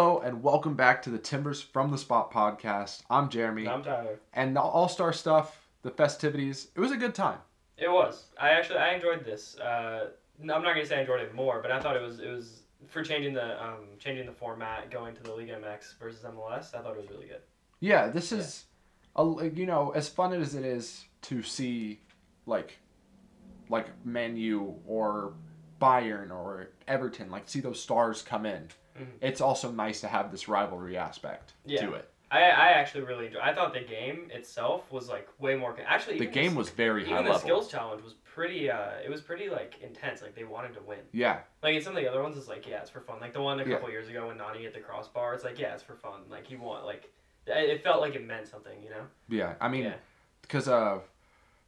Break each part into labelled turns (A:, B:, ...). A: Welcome back to the Timbers from the Spot podcast. I'm Jeremy,
B: I'm Tyler.
A: and the All Star stuff, the festivities. It was a good time.
B: It was. I actually I enjoyed this. Uh, no, I'm not gonna say I enjoyed it more, but I thought it was it was for changing the um, changing the format, going to the League MX versus MLS. I thought it was really good.
A: Yeah, this is, a, you know, as fun as it is to see, like, like Man U or Bayern or Everton, like see those stars come in.
B: Mhm.
A: It's also nice to have this rivalry aspect
B: Yeah.
A: to it.
B: I, I actually really enjoyed. I thought the game itself was like way more. con- Actually,
A: The
B: even
A: game
B: s-
A: was very
B: even
A: high
B: the
A: level.
B: skills challenge was pretty. Uh, it was pretty like intense. Like they wanted to win.
A: yeah,
B: Like in some of the other ones, it's like yeah, it's for fun. Like the one a
A: Yeah.
B: couple years ago when Nani hit the crossbar, it's like yeah, it's for fun. Like he won. Like it it felt like it meant something, you know?
A: yeah. I mean,
B: yeah.
A: because uh,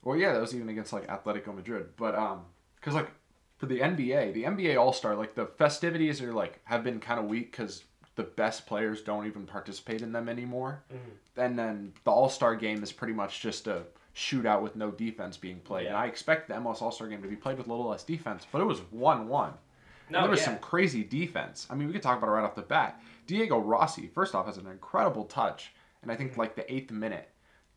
A: well, yeah, that was even against like Atletico Madrid, but um, because like for the NBA, the NBA All Star, like the festivities are like have been kind of weak because the best players don't even participate in them anymore,
B: Mhm.
A: and then the All Star game is pretty much just a shootout with no defense being played. And
B: Yeah.
A: I expect the MLS All Star game to be played with a little less defense, but it was one one.
B: No,
A: there was
B: yeah.
A: some crazy defense. I mean, we could talk about it right off the bat. Diego Rossi, first off, has an incredible touch, and I think
B: Mm-hmm.
A: like the eighth minute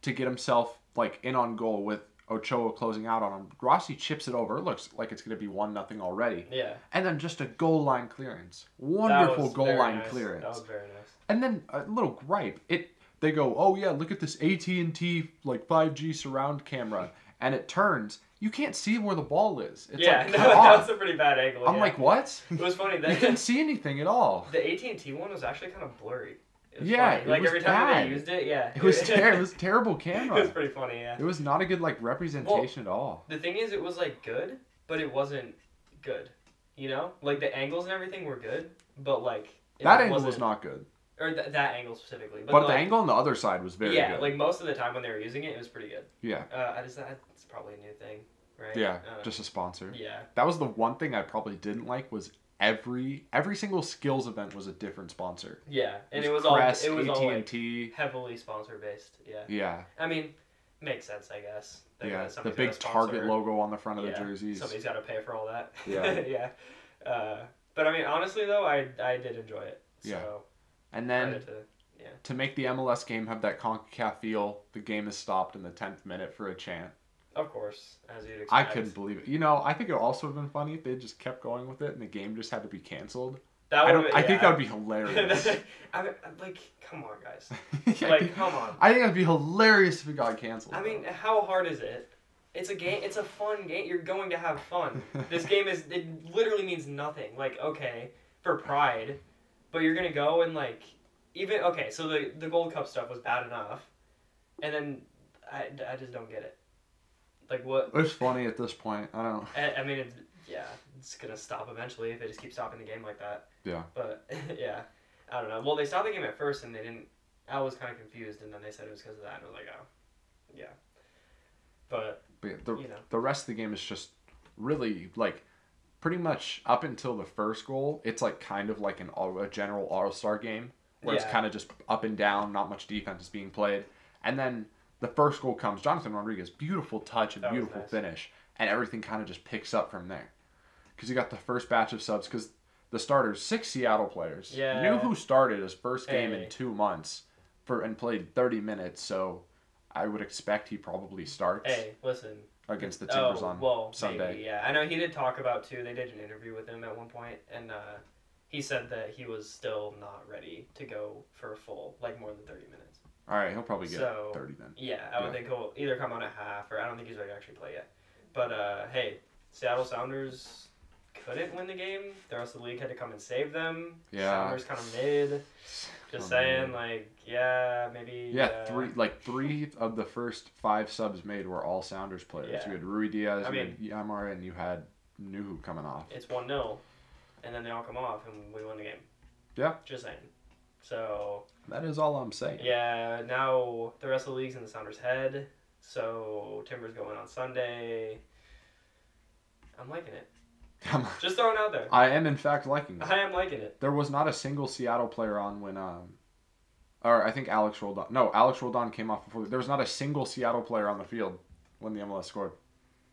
A: to get himself like in on goal with Ochoa closing out on him. Rossi chips it over. It looks like it's going to be one nothing already,
B: yeah.
A: and then just a goal line clearance.
B: That
A: Wonderful
B: was
A: goal
B: very
A: line
B: nice.
A: clearance.
B: That was very nice.
A: And then a little gripe. It they go, oh yeah, look at this AT and T like five G surround camera, and it turns. You can't see where the ball is. It's
B: yeah,
A: like
B: no,
A: cut
B: that
A: off.
B: was a pretty bad angle.
A: I'm
B: yeah.
A: like, what?
B: it was funny
A: You couldn't
B: that
A: see anything at all.
B: the AT and T one was actually kind of blurry. It was
A: Yeah,
B: funny.
A: it
B: like
A: was
B: every time
A: bad.
B: they used it, yeah,
A: It was ter- it was terrible
B: it was
A: camera.
B: pretty funny. Yeah,
A: It was not a good like representation at all.
B: the thing is, it was like good, but it wasn't good. You know, like the angles and everything were good, but like it
A: That angle was
B: wasn't-
A: not good,
B: or th- that angle specifically, but,
A: but the
B: like,
A: angle on the other side was very
B: yeah,
A: good.
B: like most of the time when they were using it, it was pretty good.
A: yeah,
B: Uh, I just that's probably a new thing, right?
A: yeah,
B: Uh,
A: just a sponsor.
B: yeah.
A: That was the one thing I probably didn't like was every every single skills event was a different sponsor.
B: Yeah, and it was,
A: Crest,
B: all it was all like,
A: AT&T.
B: heavily sponsor based. Yeah,
A: Yeah,
B: I mean, makes sense, I guess. They
A: yeah.
B: gotta-
A: The
B: somebody's
A: big
B: gotta
A: Target
B: sponsor-
A: logo on the front of
B: yeah,
A: the jerseys.
B: Somebody's got to pay for all that.
A: Yeah.
B: yeah. Uh, but I mean, honestly though, I I did enjoy it. So,
A: Yeah. And
B: credit
A: then
B: to-
A: to make the MLS game have that CONCACAF feel, the game is stopped in the tenth minute for a chant.
B: of course, as you'd expect.
A: I couldn't believe it. You know, I think it would also have been funny if they just kept going with it and the game just had to be canceled. I
B: That
A: don't.
B: would've been-
A: I think that
B: yeah.
A: would be hilarious.
B: I mean, like, come on, guys.
A: like,
B: Like, come on.
A: I think it'd be hilarious if it got canceled.
B: I mean, how hard is it? It's a game. It's a fun game. You're going to have fun. this game is. It literally means nothing. Like okay, for pride, but you're gonna go and like even okay. So the the Gold Cup stuff was bad enough, and then I, I just don't get it. Like what?
A: though. it's funny at this point. I don't.
B: I, I mean, it's, yeah, it's gonna stop eventually if they just keep stopping the game like that.
A: Yeah.
B: But yeah, I don't know. Well, they stopped the game at first, and they didn't. I was kind of confused, and then they said it was because of that, and I was like, oh, yeah. But
A: But yeah, the
B: You know.
A: the rest of the game is just really like pretty much up until the first goal. It's like kind of like an all, a general All Star game where it's
B: Yeah.
A: kind of just up and down. Not much defense is being played, and then the first goal comes. Jonathan Rodriguez, beautiful touch and
B: That was
A: beautiful
B: nice.
A: finish, and everything kind of just picks up from there. Because you got the first batch of subs. Because the starters, six Seattle players,
B: Yeah.
A: knew who started his first game
B: Hey.
A: in two months, for and played thirty minutes. So. I would expect he probably starts.
B: Hey, listen.
A: against the Timbers
B: oh,
A: on
B: well,
A: Sunday.
B: Maybe, yeah, I know he did talk about too. They did an interview with him at one point, and uh, he said that he was still not ready to go for a full, like more than thirty minutes.
A: All right, he'll probably Oh, get
B: So-
A: 30 then.
B: Yeah, I would
A: Yeah.
B: think he'll either come on a half, or I don't think he's ready to actually play yet. But uh, hey, Seattle Sounders couldn't win the game. The rest of the league had to come and save them.
A: Yeah.
B: Sounders kind of mid. Just saying, like, yeah, maybe.
A: Yeah,
B: uh,
A: three like three of the first five subs made were all Sounders players.
B: Yeah.
A: You had Rui Diaz,
B: I
A: you had Yamar, and you had Nuhu coming off.
B: it's one 0 and then they all come off and we win the game.
A: Yeah.
B: Just saying. So
A: That is all I'm saying.
B: yeah, now the rest of the league's in the Sounders' head. So Timbers going on Sunday. I'm liking it.
A: I'm-
B: Just throwing it out there.
A: I am in fact liking that.
B: I am liking it.
A: There was not a single Seattle player on when um, or I think Alex Roldan. No, Alex Roldan came off before. There was not a single Seattle player on the field when the MLS scored.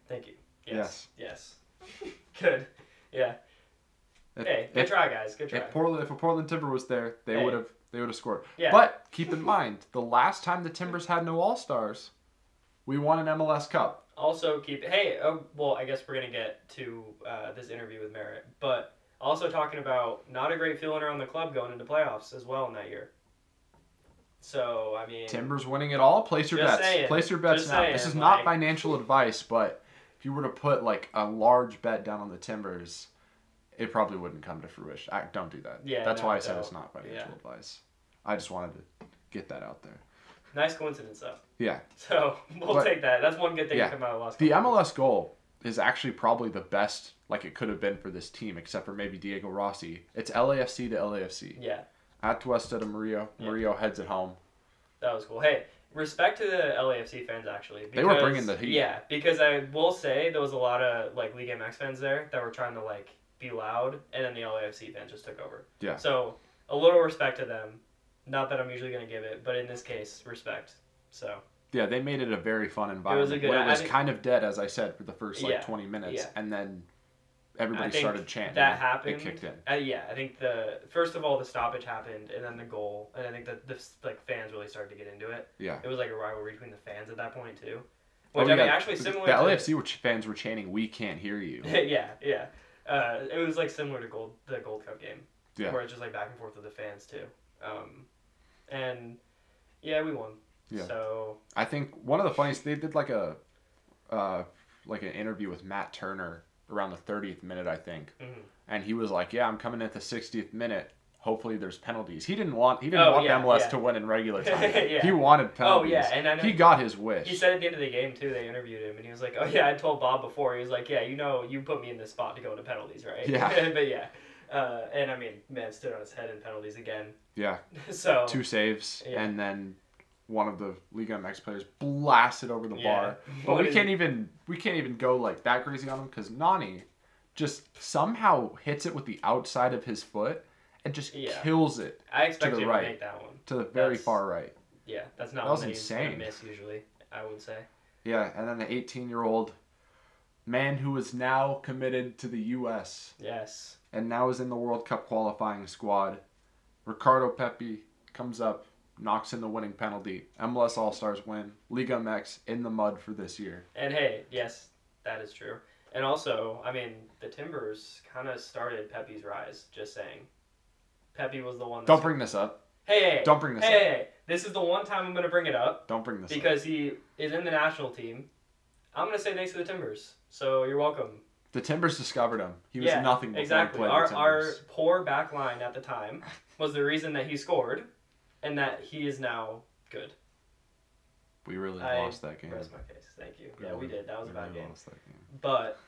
B: Thank you. Yes. Yes. Good. Yeah.
A: If-
B: Hey, good
A: if-
B: try, guys. Good try.
A: If Portland, if a Portland Timber was there, they
B: Hey.
A: would have They would have scored.
B: Yeah.
A: But keep in mind, the last time the Timbers had no All Stars, we won an MLS Cup.
B: Also keep hey oh, well I guess we're gonna get to uh, this interview with Merritt, but also talking about not a great feeling around the club going into playoffs as well in that year. So I mean,
A: Timbers winning it all. Place your
B: Just
A: bets.
B: saying.
A: Place your bets
B: Just
A: now. this
B: saying,
A: is not
B: like-
A: financial advice, but if you were to put like a large bet down on the Timbers, it probably wouldn't come to fruition. I, don't do that.
B: Yeah,
A: That's
B: no,
A: why I said
B: don't.
A: it's not financial
B: Yeah.
A: advice. I just wanted to get that out there.
B: nice coincidence though.
A: Yeah.
B: So we'll
A: But-
B: take that. That's one good thing
A: yeah.
B: to come out of the last.
A: The
B: couple
A: MLS goal is actually probably the best like it could have been for this team, except for maybe Diego Rossi. It's LAFC to LAFC.
B: years. Yeah,
A: At Tuesta to Murillo.
B: Yeah.
A: Murillo heads it home.
B: that was cool. Hey, respect to the LAFC fans actually. Because,
A: They were bringing the heat.
B: Yeah, because I will say there was a lot of like League MX fans there that were trying to like be loud, and then the LAFC fans just took over.
A: Yeah.
B: So a little respect to them. Not that I'm usually gonna give it, but in this case, respect. So
A: Yeah, they made it a very fun environment.
B: good-
A: when it
B: I
A: was
B: think-
A: kind of dead, as I said, for the first like
B: Yeah,
A: 20 minutes,
B: yeah.
A: and then
B: I
A: everybody
B: think
A: started chanting.
B: that happened.
A: It kicked in.
B: Uh, yeah, I think the first of all the stoppage happened, and then the goal, and I think that the like fans really started to get into it.
A: Yeah.
B: It was like a rivalry between the fans at that point too,
A: Oh,
B: which
A: yeah,
B: I mean actually
A: the-
B: similar.
A: The
B: to,
A: LAFC were- fans were chanting, "We can't hear you."
B: yeah, yeah. Uh, it was like similar to gold the Gold Cup game,
A: Yeah.
B: where it's just like back and forth with the fans too. Um, and yeah, we won.
A: Yeah.
B: So
A: I think one of the funniest they did like a, uh, like an interview with Matt Turner around the 30th minute, I think,
B: Mhm.
A: and he was like, "Yeah, I'm coming at the 60th minute." Hopefully there's penalties. He didn't want he didn't
B: Oh,
A: want
B: yeah,
A: MLS
B: yeah.
A: to win in regular time.
B: Yeah.
A: He wanted
B: Oh,
A: penalties.
B: yeah, and I know-
A: he got his wish.
B: He said at the end of the game too. They interviewed him, and he was like, "Oh yeah, I told Bob before." He was like, "Yeah, you know, you put me in this spot to go into penalties, right?"
A: Yeah.
B: but yeah, uh, and I mean, man stood on his head in penalties again.
A: yeah.
B: so
A: two saves,
B: Oh, Yeah.
A: and then one of the Liga MX players blasted over the
B: Yeah.
A: bar. But
B: What
A: we
B: is-
A: can't even we can't even go like that crazy on him because Nani just somehow hits it with the outside of his foot and just
B: Yeah.
A: kills it
B: I expected
A: the
B: him
A: right.
B: to make that one.
A: to the very
B: That's-
A: far right.
B: Yeah, that's not
A: That
B: one
A: was
B: that he's gonna
A: insane.
B: miss usually. I would say.
A: Yeah, and then the 18 year old man who is now committed to the U.S.
B: Yes.
A: and now is in the World Cup qualifying squad. Ricardo Pepi comes up, knocks in the winning penalty. MLS All Stars win. Liga MX in the mud for this year.
B: And hey, yes, that is true. And also, I mean, the Timbers kind of started Pepe's rise. Just saying, Pepe was the one. That
A: Don't bring this up.
B: Hey, hey,
A: Don't bring this
B: hey,
A: up.
B: hey, hey, this is the one time I'm gonna bring it up.
A: Don't bring this up.
B: because he is in the national team. I'm gonna say thanks to the Timbers. So you're welcome.
A: The Timbers discovered him. He was
B: yeah,
A: nothing before
B: exactly.
A: he played
B: Our
A: the
B: our
A: Timbers.
B: poor back line at the time was the reason that he scored, and that he is now good.
A: We really
B: I-
A: lost that game.
B: Rest my case. Thank you.
A: We
B: Yeah, we
A: really-
B: did. That was a
A: we
B: bad
A: really
B: game.
A: Lost that game.
B: But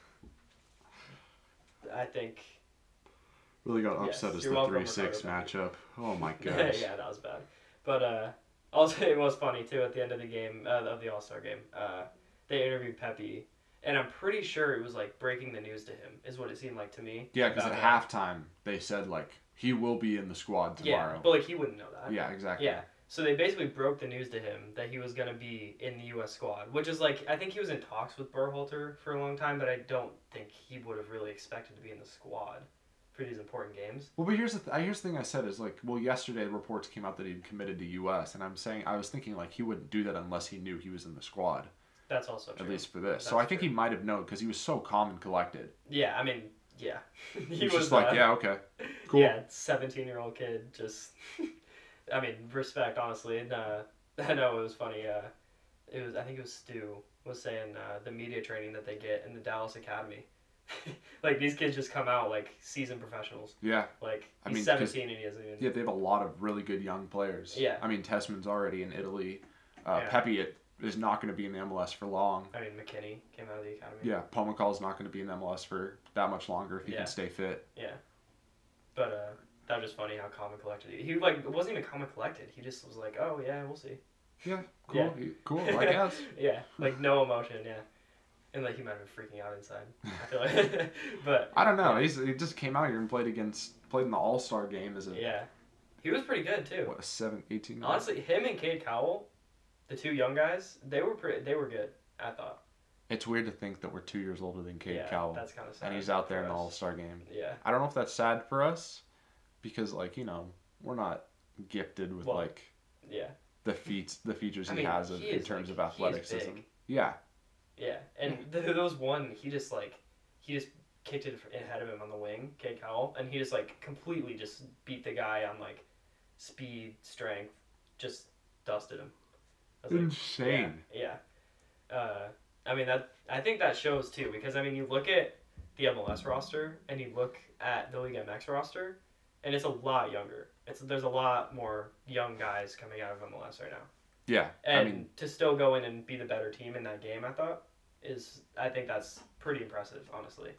B: I think
A: Really got
B: Yes,
A: upset as
B: you're
A: the
B: welcome,
A: three six matchup.
B: Ricardo
A: Oh my gosh.
B: yeah, that was bad. But uh, also it was funny too at the end of the game uh, of the All Star game. Uh, they interviewed Pepe, and I'm pretty sure it was like breaking the news to him is what it seemed like to me.
A: Yeah, because
B: about
A: at
B: that.
A: halftime they said like he will be in the squad
B: Yeah,
A: tomorrow.
B: but like he wouldn't know that.
A: Yeah, exactly.
B: Yeah. So they basically broke the news to him that he was gonna be in the U.S. squad, which is like I think he was in talks with Burhalter for a long time, but I don't think he would have really expected to be in the squad for these important games.
A: Well, but here's the th- I- here's the thing I said is like, well, yesterday reports came out that he'd committed to U.S. and I'm saying I was thinking like he wouldn't do that unless he knew he was in the squad
B: That's also true.
A: at least for this. so I
B: That's
A: think
B: true.
A: he might have known because he was so calm and collected.
B: Yeah, I mean, yeah. he
A: He was just like,
B: uh,
A: yeah, okay, cool.
B: Yeah, seventeen-year-old kid. Just, I mean, respect honestly. And uh, I know it was funny. Uh, it was I think it was Stu was saying uh, the media training that they get in the Dallas Academy. like these kids just come out like seasoned professionals.
A: yeah.
B: Like
A: I
B: he's
A: mean, 'cause-
B: seventeen and he doesn't even.
A: Yeah, they have a lot of really good young players.
B: Yeah.
A: I mean, Tessman's already in Italy. Uh,
B: Yeah.
A: Pepe it, is not going to be in the MLS for long.
B: I mean, McKinney came out of the academy.
A: Yeah, Pomacall is not going to be in the MLS for that much longer if he
B: Yeah.
A: can stay fit.
B: But uh, that was just funny how calm and collected he. He like wasn't even calm and collected. He just was like, oh yeah, we'll see.
A: Yeah, cool,
B: Yeah.
A: he- cool. I guess.
B: Yeah, like no emotion. Yeah, and like he might have been freaking out inside. I feel like, but
A: I don't know. He's, he just came out here and played against played in the All Star game as a
B: Yeah. He was pretty good too.
A: what a seven, 18
B: Honestly, him and Cade Cowell, the two young guys, they were pretty they were good, I thought.
A: It's weird to think that we're two years older than Cade
B: yeah,
A: Cowell,
B: That's kind of sad.
A: and he's out there
B: for
A: in the
B: us.
A: All Star game.
B: Yeah.
A: I don't know if that's sad for us, because like you know we're not gifted with
B: Well,
A: like
B: Yeah.
A: the feats, the features
B: I
A: he
B: mean,
A: has in,
B: he
A: in
B: is,
A: terms
B: like,
A: of
B: he is
A: athleticism.
B: big.
A: Yeah,
B: Yeah, and th there was one he just like he just kicked it f- ahead of him on the wing, K Cowell, and he just like completely just beat the guy on like speed, strength, just dusted him. I was like,
A: insane.
B: yeah. yeah. Uh, I mean that I think that shows too because I mean you look at the MLS roster and you look at the League MX roster, and it's a lot younger. It's there's a lot more young guys coming out of MLS right now.
A: Yeah,
B: And
A: I mean,
B: to still go in and be the better team in that game, I thought is I think that's pretty impressive, honestly,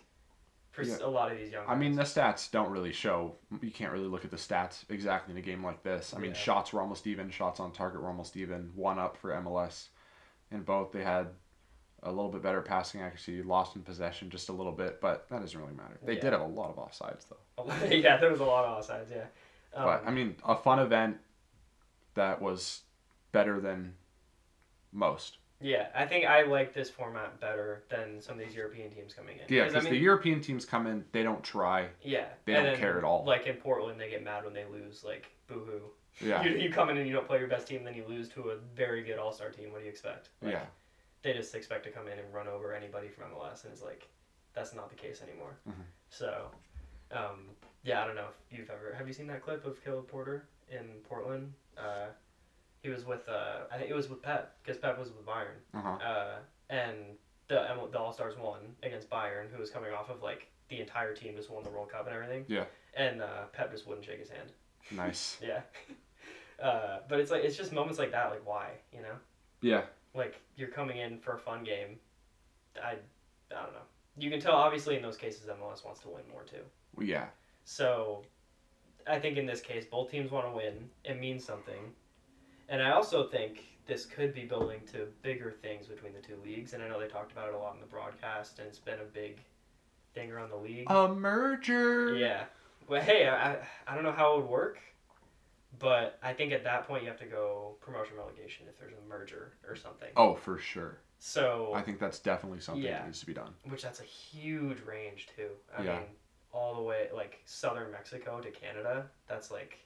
B: for s- a lot of these young.
A: I mean the
B: guys.
A: stats don't really show. You can't really look at the stats exactly in a game like this. I mean,
B: Yeah.
A: shots were almost even. Shots on target were almost even. One up for MLS, in both they had a little bit better passing accuracy, lost in possession just a little bit, but that doesn't really matter. They
B: Yeah.
A: did have a lot of offsides though.
B: yeah, there was a lot of offsides. Yeah, um,
A: but I mean, a fun event that was better than most.
B: yeah, I think I like this format better than some of these European teams coming in.
A: Yeah,
B: 'Cause,
A: because the European teams come in, they don't try.
B: yeah,
A: they
B: and
A: don't
B: then,
A: care at all.
B: Like in Portland, they get mad when they lose. Like boohoo.
A: Yeah,
B: You, you come in and you don't play your best team, then you lose to a very good All Star team. What do you expect? Like,
A: yeah.
B: they just expect to come in and run over anybody from MLS, and it's like that's not the case anymore.
A: Mhm.
B: So, um, yeah, I don't know if you've ever have you seen that clip of Caleb Porter in Portland? Uh, he was with uh, I think it was with Pep because Pep was with Bayern,
A: Uh huh.
B: uh, and the M- the All Stars won against Bayern, who was coming off of like the entire team just won the World Cup and everything.
A: Yeah.
B: and uh, Pep just wouldn't shake his hand.
A: Nice.
B: Yeah. Uh, but it's like it's just moments like that. Like why, you know?
A: Yeah.
B: like you're coming in for a fun game. I, I don't know. You can tell obviously in those cases MLS wants to win more too.
A: Well, Yeah.
B: So, I think in this case both teams want to win. It means something, and I also think this could be building to bigger things between the two leagues. And I know they talked about it a lot in the broadcast, and it's been a big thing around the league.
A: A merger.
B: Yeah. Well, hey, I, I- I don't know how it would work, but I think at that point you have to go promotion relegation if there's a merger or something.
A: Oh, for sure.
B: So
A: I think that's definitely something
B: Yeah.
A: that needs to be done.
B: which that's a huge range too. I
A: Yeah.
B: mean, all the way like southern Mexico to Canada. That's like,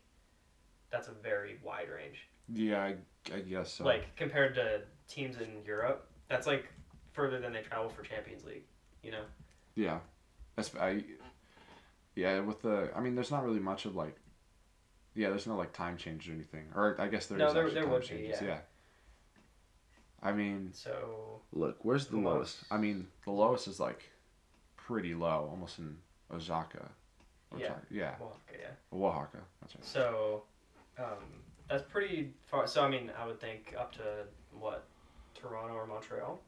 B: that's a very wide range.
A: Yeah, I, I guess so.
B: Like compared to teams in Europe, that's like further than they travel for Champions League. You know?
A: yeah. That's I. Yeah, with the I mean, there's not really much of like. Yeah, there's no like time change or anything, or I guess there is
B: No, there-
A: actually
B: there
A: time
B: would be,
A: changes.
B: yeah.
A: yeah. I mean,
B: So
A: Look, where's the
B: The
A: lowest?
B: lowest.
A: I mean, the lowest is like pretty low, almost in Osaka. Or
B: Yeah.
A: Ta- yeah,
B: Oaxaca, yeah.
A: Oaxaca. That's right.
B: So, um, that's pretty far. So I mean, I would think up to what, Toronto or Montreal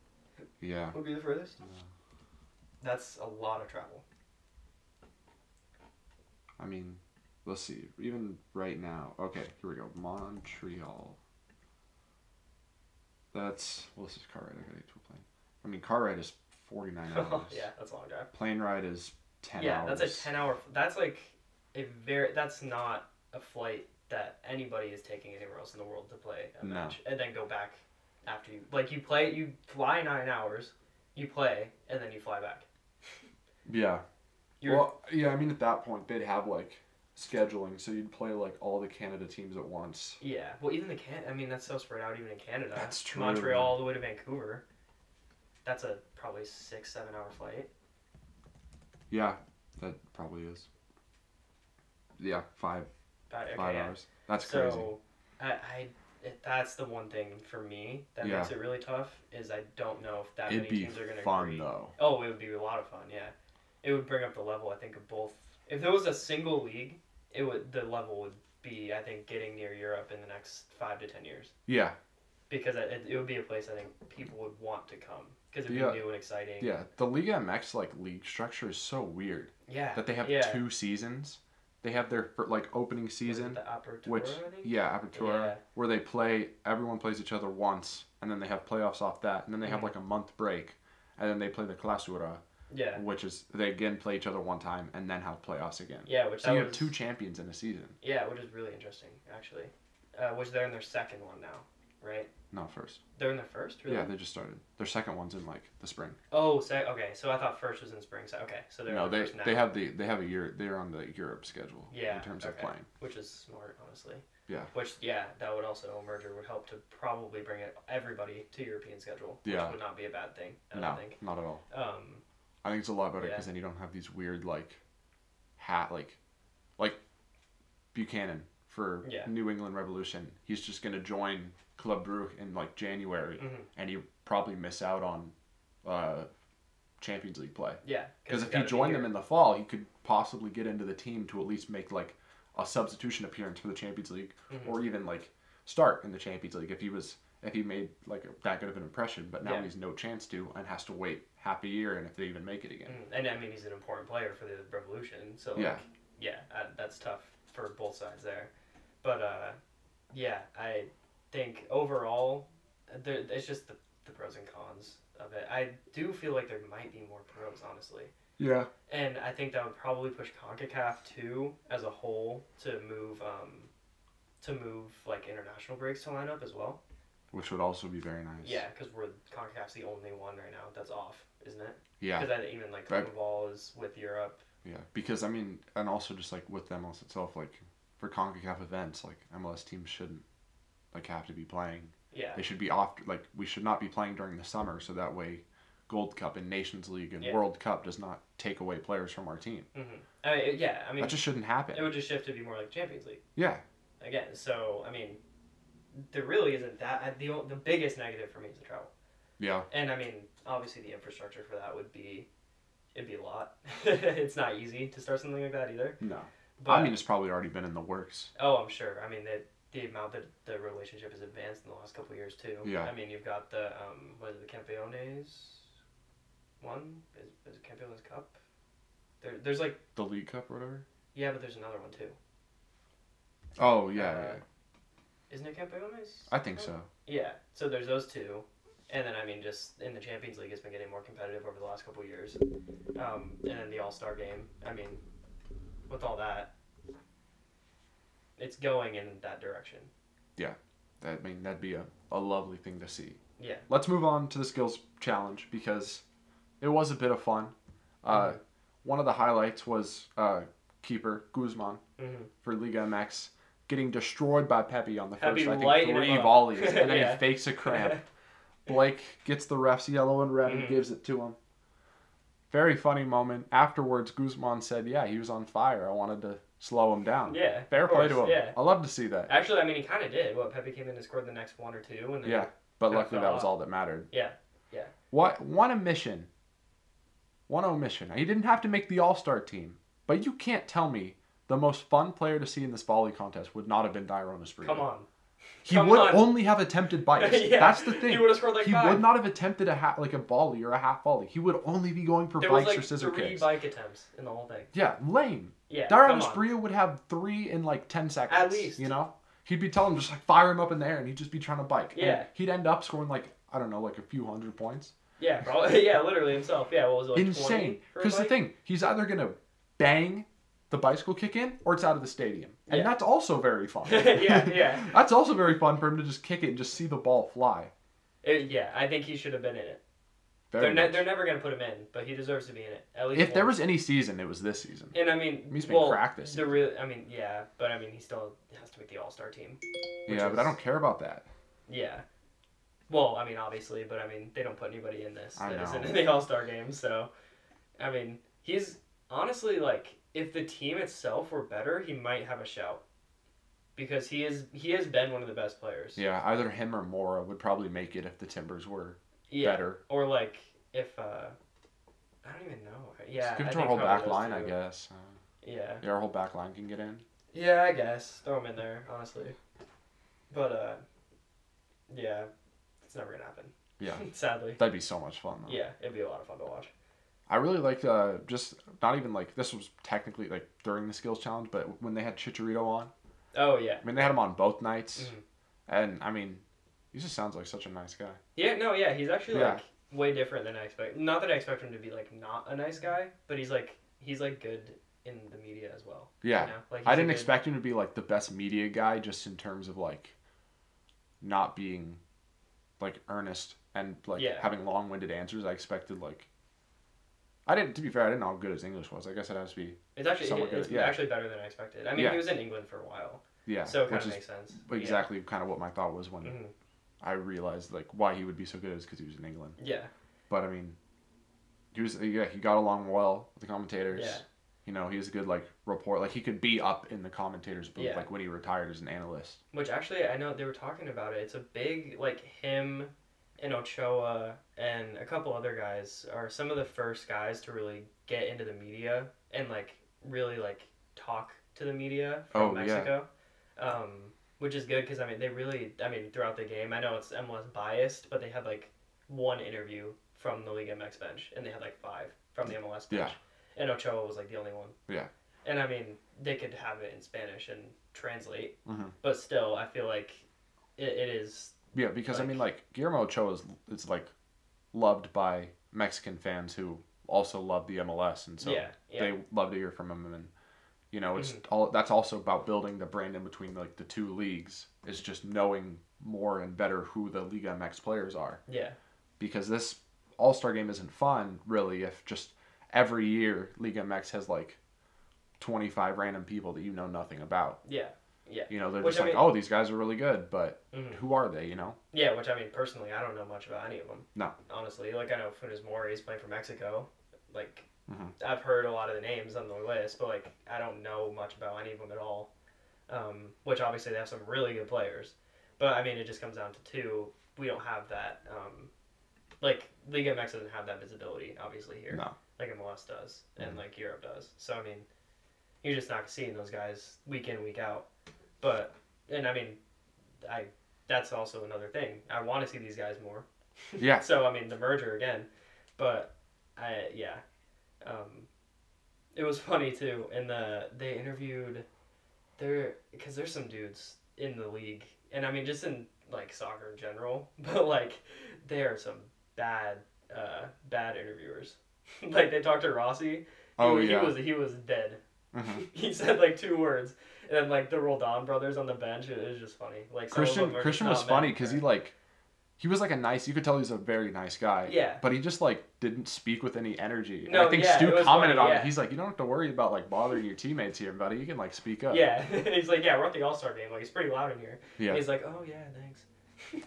A: Yeah,
B: would be the furthest.
A: Yeah.
B: That's a lot of travel.
A: I mean, let's see. Even right now, okay, here we go. Montreal. That's well, this is car ride. I gotta get to a plane. I mean, car ride is forty nine hours.
B: Oh, yeah, that's a long drive.
A: Plane ride is ten
B: yeah,
A: hours.
B: that's a 10 hour. That's like a very. That's not a flight that anybody is taking anywhere else in the world to play a
A: No.
B: match and then go back after you. Like, you play, you fly nine hours, you play, and then you fly back.
A: Yeah.
B: You're,
A: Well, yeah. I mean, at that point, they'd have like scheduling, so you'd play like all the Canada teams at once.
B: yeah. Well, even the Can. I mean, that's so spread out even in Canada.
A: That's true.
B: Montreal all the way to Vancouver. That's a probably six, seven hour flight.
A: Yeah, that probably is. Yeah, five
B: About, okay,
A: five
B: yeah.
A: hours. That's crazy.
B: So, I, I if that's the one thing for me that
A: Yeah.
B: makes it really tough is I don't know if that
A: It'd
B: many
A: be
B: teams are going to
A: fun
B: agree.
A: though.
B: Oh, it would be a lot of fun. Yeah, it would bring up the level. I think of both. If there was a single league, it would the level would be I think getting near Europe in the next five to ten years
A: Yeah,
B: because it, it- it would be a place I think people would want to come because it'd
A: Yeah.
B: be new and exciting.
A: yeah. The Liga MX like league structure is so weird
B: Yeah.
A: that they have
B: yeah.
A: two seasons. They have their fir- like opening
B: Was it
A: season,
B: The Apertura,
A: which
B: I think?
A: yeah, Apertura,
B: Yeah.
A: where they play everyone plays each other once, and then they have playoffs off that, and then they have
B: Mhm.
A: like a month break, and then they play the Clausura,
B: Yeah.
A: which is they again play each other one time and then have playoffs again.
B: Yeah. Which
A: So
B: that
A: you have
B: was-
A: two champions in a season.
B: Yeah, which is really interesting actually. Uh, which they're in their second one now. right?
A: Not first.
B: They're in their first, really?
A: Yeah, they just started. Their second one's in like the spring.
B: Oh, so, okay. So I thought first was in spring. So okay, so they're
A: no,
B: on
A: they
B: first now,
A: they have the they have a year. They're on the Europe schedule.
B: Yeah,
A: In terms of
B: okay.
A: playing.
B: which is smart, honestly.
A: Yeah.
B: Which yeah, that would also a merger would help to probably bring it, everybody to European schedule. Which
A: Yeah.
B: would not be a bad thing. I
A: no,
B: don't think.
A: not at all.
B: Um,
A: I think it's a lot better
B: Yeah.
A: because then you don't have these weird like hat like like Buchanan for
B: Yeah.
A: New England Revolution. He's just gonna join Club Brugge in like January,
B: Mhm.
A: and you probably miss out on uh, Champions League play
B: yeah.
A: because
B: it's
A: if he
B: gotta be
A: joined them
B: Europe.
A: in the fall, he could possibly get into the team to at least make like a substitution appearance for the Champions League,
B: Mhm.
A: or even like start in the Champions League if he was if he made like that good of an impression. But now
B: Yeah.
A: he's no chance to and has to wait half a year and if they even make it again.
B: Mm, and I mean he's an important player for the revolution. So like,
A: Yeah.
B: yeah, uh, that's tough for both sides there. But uh, yeah, I think overall, there, it's just the, the pros and cons of it. I do feel like there might be more pros, honestly.
A: Yeah.
B: And I think that would probably push CONCACAF too as a whole to move um, to move like international breaks to line up as well.
A: Which would also be very nice.
B: Yeah, because we're CONCACAF's the only one right now that's off, isn't it?
A: Yeah.
B: Because I even like
A: Right.
B: the ball is with Europe.
A: Yeah. Because I mean, and also just like with MLS itself, like for CONCACAF events, like MLS teams shouldn't like have to be playing.
B: Yeah.
A: They should be off. Like we should not be playing during the summer, so that way, Gold Cup and Nations League and
B: Yeah.
A: World Cup does not take away players from our team.
B: hmm I mean, it- yeah, I mean,
A: that just shouldn't
B: it
A: happen.
B: would just shift to be more like Champions League
A: yeah.
B: again. So I mean, there really isn't that I- the o- the biggest negative for me is the travel,
A: Yeah.
B: and I mean, obviously the infrastructure for that would be it'd be a lot. it's not easy to start something like that either.
A: No.
B: But
A: I mean, it's probably already been in the works.
B: oh, I'm sure. I mean that the amount that the relationship has advanced in the last couple of years too.
A: Yeah.
B: I mean, you've got the um, what is it, the Campeones one is, is it Campeones Cup. There, there's like
A: The League Cup or whatever.
B: yeah, but there's another one too.
A: Oh yeah.
B: Uh,
A: yeah.
B: Isn't it Campeones?
A: I think so.
B: Yeah, so there's those two, and then I mean, just in the Champions League, it's been getting more competitive over the last couple of years, um, and then the All Star game. I mean, with all that, it's going in that direction.
A: That, I mean, that'd be a, a lovely thing to see.
B: Yeah.
A: Let's move on to the skills challenge because it was a bit of fun. Uh,
B: Mm-hmm.
A: One of the highlights was uh, keeper Guzman
B: Mm-hmm.
A: for Liga MX getting destroyed by Pepe on the
B: Pepe
A: first, I think,
B: lighting him
A: three
B: up.
A: volleys, and then
B: Yeah.
A: he fakes a cramp. Blake gets the ref's yellow and red and
B: Mhm.
A: gives it to him. Very funny moment. Afterwards, Guzman said, "Yeah, he was on fire. I wanted to slow him down."
B: Yeah. of
A: Fair play to him.
B: course, Yeah.
A: I love to see that.
B: Actually, I mean, he kind of did. What Pepe came in and scored the next one or two, and then
A: Yeah, but
B: Kinda
A: luckily
B: fell
A: that was
B: off.
A: all that mattered.
B: Yeah, yeah.
A: What one omission? One omission. He didn't have to make the All Star team, but you can't tell me the most fun player to see in this volley contest would not have been Dairon Esprit.
B: Come on.
A: He
B: come
A: would
B: on.
A: only have attempted bites.
B: Yeah,
A: That's the thing.
B: He would have scored like
A: He
B: five.
A: would not have attempted a ha- like a volley or a half volley. He would only be going for
B: there was
A: bikes
B: like
A: or scissor
B: three
A: kicks.
B: bike attempts in the whole thing.
A: Yeah, lame.
B: Yeah.
A: Dairon
B: come on.
A: Esprit would have three in like ten seconds.
B: At least.
A: You know? He'd be telling him just like fire him up in the air and he'd just be trying to bike. And
B: Yeah.
A: he'd end up scoring like I don't know, like a few hundred points.
B: Yeah, probably. Yeah, literally himself. Yeah, what was it? Like 20
A: Insane.
B: for a
A: Because the
B: bike?
A: thing, he's either gonna bang the bicycle kick in or it's out of the stadium. And
B: Yeah.
A: that's also very fun.
B: yeah, yeah.
A: That's also very fun for him to just kick it and just see the ball fly.
B: It- yeah, I think he should have been in it.
A: Very
B: they're,
A: much.
B: ne- they're never gonna put him in, but he deserves to be in it at least.
A: if there
B: once.
A: was any season, it was this season.
B: and I mean,
A: He's been
B: well,
A: cracked this
B: the real, I mean, yeah, but I mean, he still has to make the All Star team. which
A: Yeah, but I
B: is-
A: don't care about that.
B: Yeah. Well, I mean, obviously, but I mean, they don't put anybody in this
A: I
B: that isn't
A: know.
B: in the All Star game. So, I mean, he's honestly like, if the team itself were better, he might have a shout because he is he has been one of the best players.
A: Yeah, either him or Mora would probably make it if the Timbers were
B: yeah.
A: better.
B: Or like if uh I don't even know. Yeah.
A: Just give
B: I
A: it to our
B: think
A: whole
B: probably
A: back
B: those
A: line, I
B: two.
A: guess. Uh,
B: Yeah.
A: yeah, our whole back line can get in.
B: Yeah, I guess. Throw him in there, honestly. But uh yeah, it's never gonna happen.
A: Yeah,
B: Sadly.
A: that'd be so much fun. Though.
B: Yeah, it'd be a lot of fun to watch.
A: I really liked uh, just not even like this was technically like during the skills challenge, but when they had Chicharito on,
B: Oh yeah.
A: I mean they had him on both nights,
B: Mhm.
A: and I mean he just sounds like such a nice guy.
B: Yeah, no, yeah, he's actually
A: Yeah.
B: like way different than I expect. Not that I expect him to be like not a nice guy, but he's like he's like good in the media as well.
A: Yeah,
B: You know? Like he's
A: I
B: a
A: didn't
B: good-
A: expect him to be like the best media guy, just in terms of like not being like earnest and like
B: Yeah.
A: having long-winded answers. I expected like I didn't. To be fair, I didn't know how good his English was. I guess it has to be
B: It's actually
A: Somewhat good,
B: it's
A: yeah.
B: actually better than I expected. I mean,
A: Yeah.
B: he was in England for a while,
A: yeah,
B: so it kind
A: which
B: of
A: is
B: makes sense. Yeah.
A: exactly kind of what my thought was when
B: Mhm.
A: I realized like why he would be so good is because he was in England.
B: Yeah.
A: But I mean, he was yeah he got along well with the commentators.
B: Yeah.
A: You know, he has a good like rapport. Like he could be up in the commentators booth
B: Yeah.
A: like when he retired as an analyst.
B: Which actually, I know they were talking about it. It's a big like him and Ochoa and a couple other guys are some of the first guys to really get into the media and like really like talk to the media
A: Oh,
B: from
A: yeah.
B: Mexico, um, which is good because I mean they really I mean throughout the game I know it's MLS biased but they had like one interview from the Liga MX bench and they had like five from the MLS
A: Yeah.
B: bench and Ochoa was like the only one
A: Yeah.
B: and I mean they could have it in Spanish and translate
A: Mhm.
B: but still, I feel like it, it is.
A: Yeah, because I
B: Like-
A: mean, like Guillermo Ochoa is it's like loved by Mexican fans who also love the MLS, and so
B: yeah, yeah, Mm.
A: they love to hear from him. And you know, it's all that's also about building the brand in between like the two leagues. Is just knowing more and better who the Liga MX players are,
B: yeah,
A: because this All Star game isn't fun really if just every year Liga MX has like twenty five random people that you know nothing about.
B: yeah,
A: You know, they're
B: Which,
A: just
B: I
A: like,
B: mean-
A: oh, these guys are really good, but
B: Mhm.
A: who are they? You know.
B: yeah. Which I mean, personally, I don't know much about any of them.
A: No.
B: honestly, like I know Funes Mori is playing for Mexico. Like
A: Mhm.
B: I've heard a lot of the names on the list, but like I don't know much about any of them at all. Um, which obviously they have some really good players, but I mean, it just comes down to two. We don't have that. Um, like Liga MX doesn't have that visibility, obviously here.
A: No.
B: like MLS does and
A: Mhm.
B: like Europe does. So I mean, you're just not seeing those guys week in week out. But and I mean, I that's also another thing. I want to see these guys more.
A: Yeah.
B: So I mean, the merger again, but I yeah, um, it was funny too. In the they interviewed there because there's some dudes in the league, and I mean just in like soccer in general, but like they are some bad uh, bad interviewers. like they talked to Rossi. He,
A: Oh
B: was-
A: yeah.
B: He was he was dead.
A: Mhm.
B: He said like two words, and then like the Roldan brothers on the bench. It, it was just funny. Like some of
A: Christian
B: them are
A: Christian was
B: just not
A: funny
B: meant
A: because
B: for-
A: he like he was like a nice you could tell he's a very nice guy.
B: Yeah.
A: But he just like didn't speak with any energy. And
B: No,
A: I think
B: yeah,
A: Stu
B: it was
A: commented
B: funny,
A: on
B: yeah.
A: it. He's like, you don't have to worry about like bothering your teammates here, buddy. You can like speak up.
B: Yeah, he's like, yeah, we're at the All Star game. Like, it's pretty loud in here.
A: Yeah.
B: He's like, oh yeah, thanks.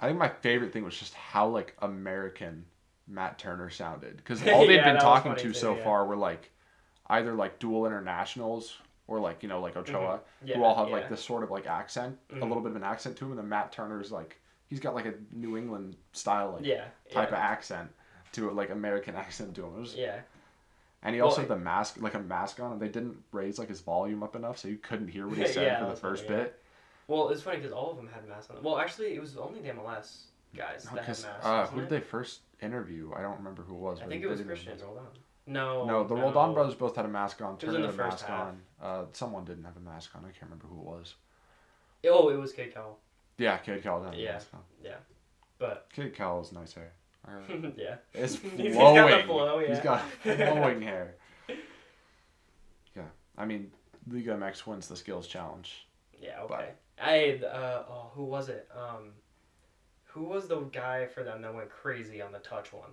A: I think my favorite thing was just how like American Matt Turner sounded because all they'd
B: Yeah,
A: been
B: that was
A: talking
B: funny
A: to
B: too,
A: so
B: yeah.
A: far were like either like dual internationals or like you know like Ochoa
B: Mm-hmm. Yeah,
A: who all have
B: yeah.
A: like this sort of like accent, a
B: Mhm.
A: little bit of an accent to him, and then Matt Turner's like he's got like a New England style like
B: yeah,
A: type of
B: yeah,
A: accent to like American accent to him. It was-
B: yeah,
A: And he
B: Well,
A: also had the mask, like a mask on, and they didn't raise like his volume up enough, so you couldn't hear what he said
B: Yeah,
A: for the
B: that's funny,
A: first
B: yeah.
A: bit.
B: Well, it's funny because all of them had masks on. Well, actually, it was only the MLS guys that had
A: Because
B: masks.
A: uh, who
B: wasn't
A: did
B: it?
A: they first interview? I don't remember who it was.
B: I
A: but
B: think
A: they
B: it was
A: didn't-
B: Christian and Roldan. No.
A: No, the Roldan brothers both had a mask on.
B: It was
A: Turner
B: in
A: had a
B: the first
A: mask
B: half.
A: on. Uh, someone didn't have a mask on. I can't remember who it was.
B: Oh, it was Kid Cowell.
A: Yeah, Kid Cal had a
B: Yeah.
A: mask on.
B: But
A: Kid Cal's nice hair. I really-
B: yeah,
A: It's
B: He's-
A: flowing.
B: he's got the flow,
A: He's
B: yeah.
A: got flowing hair. Yeah, I mean, Liga MX wins the skills challenge.
B: yeah,
A: But-
B: okay. I uh oh, who was it? Um, who was the guy for them that went crazy on the touch one?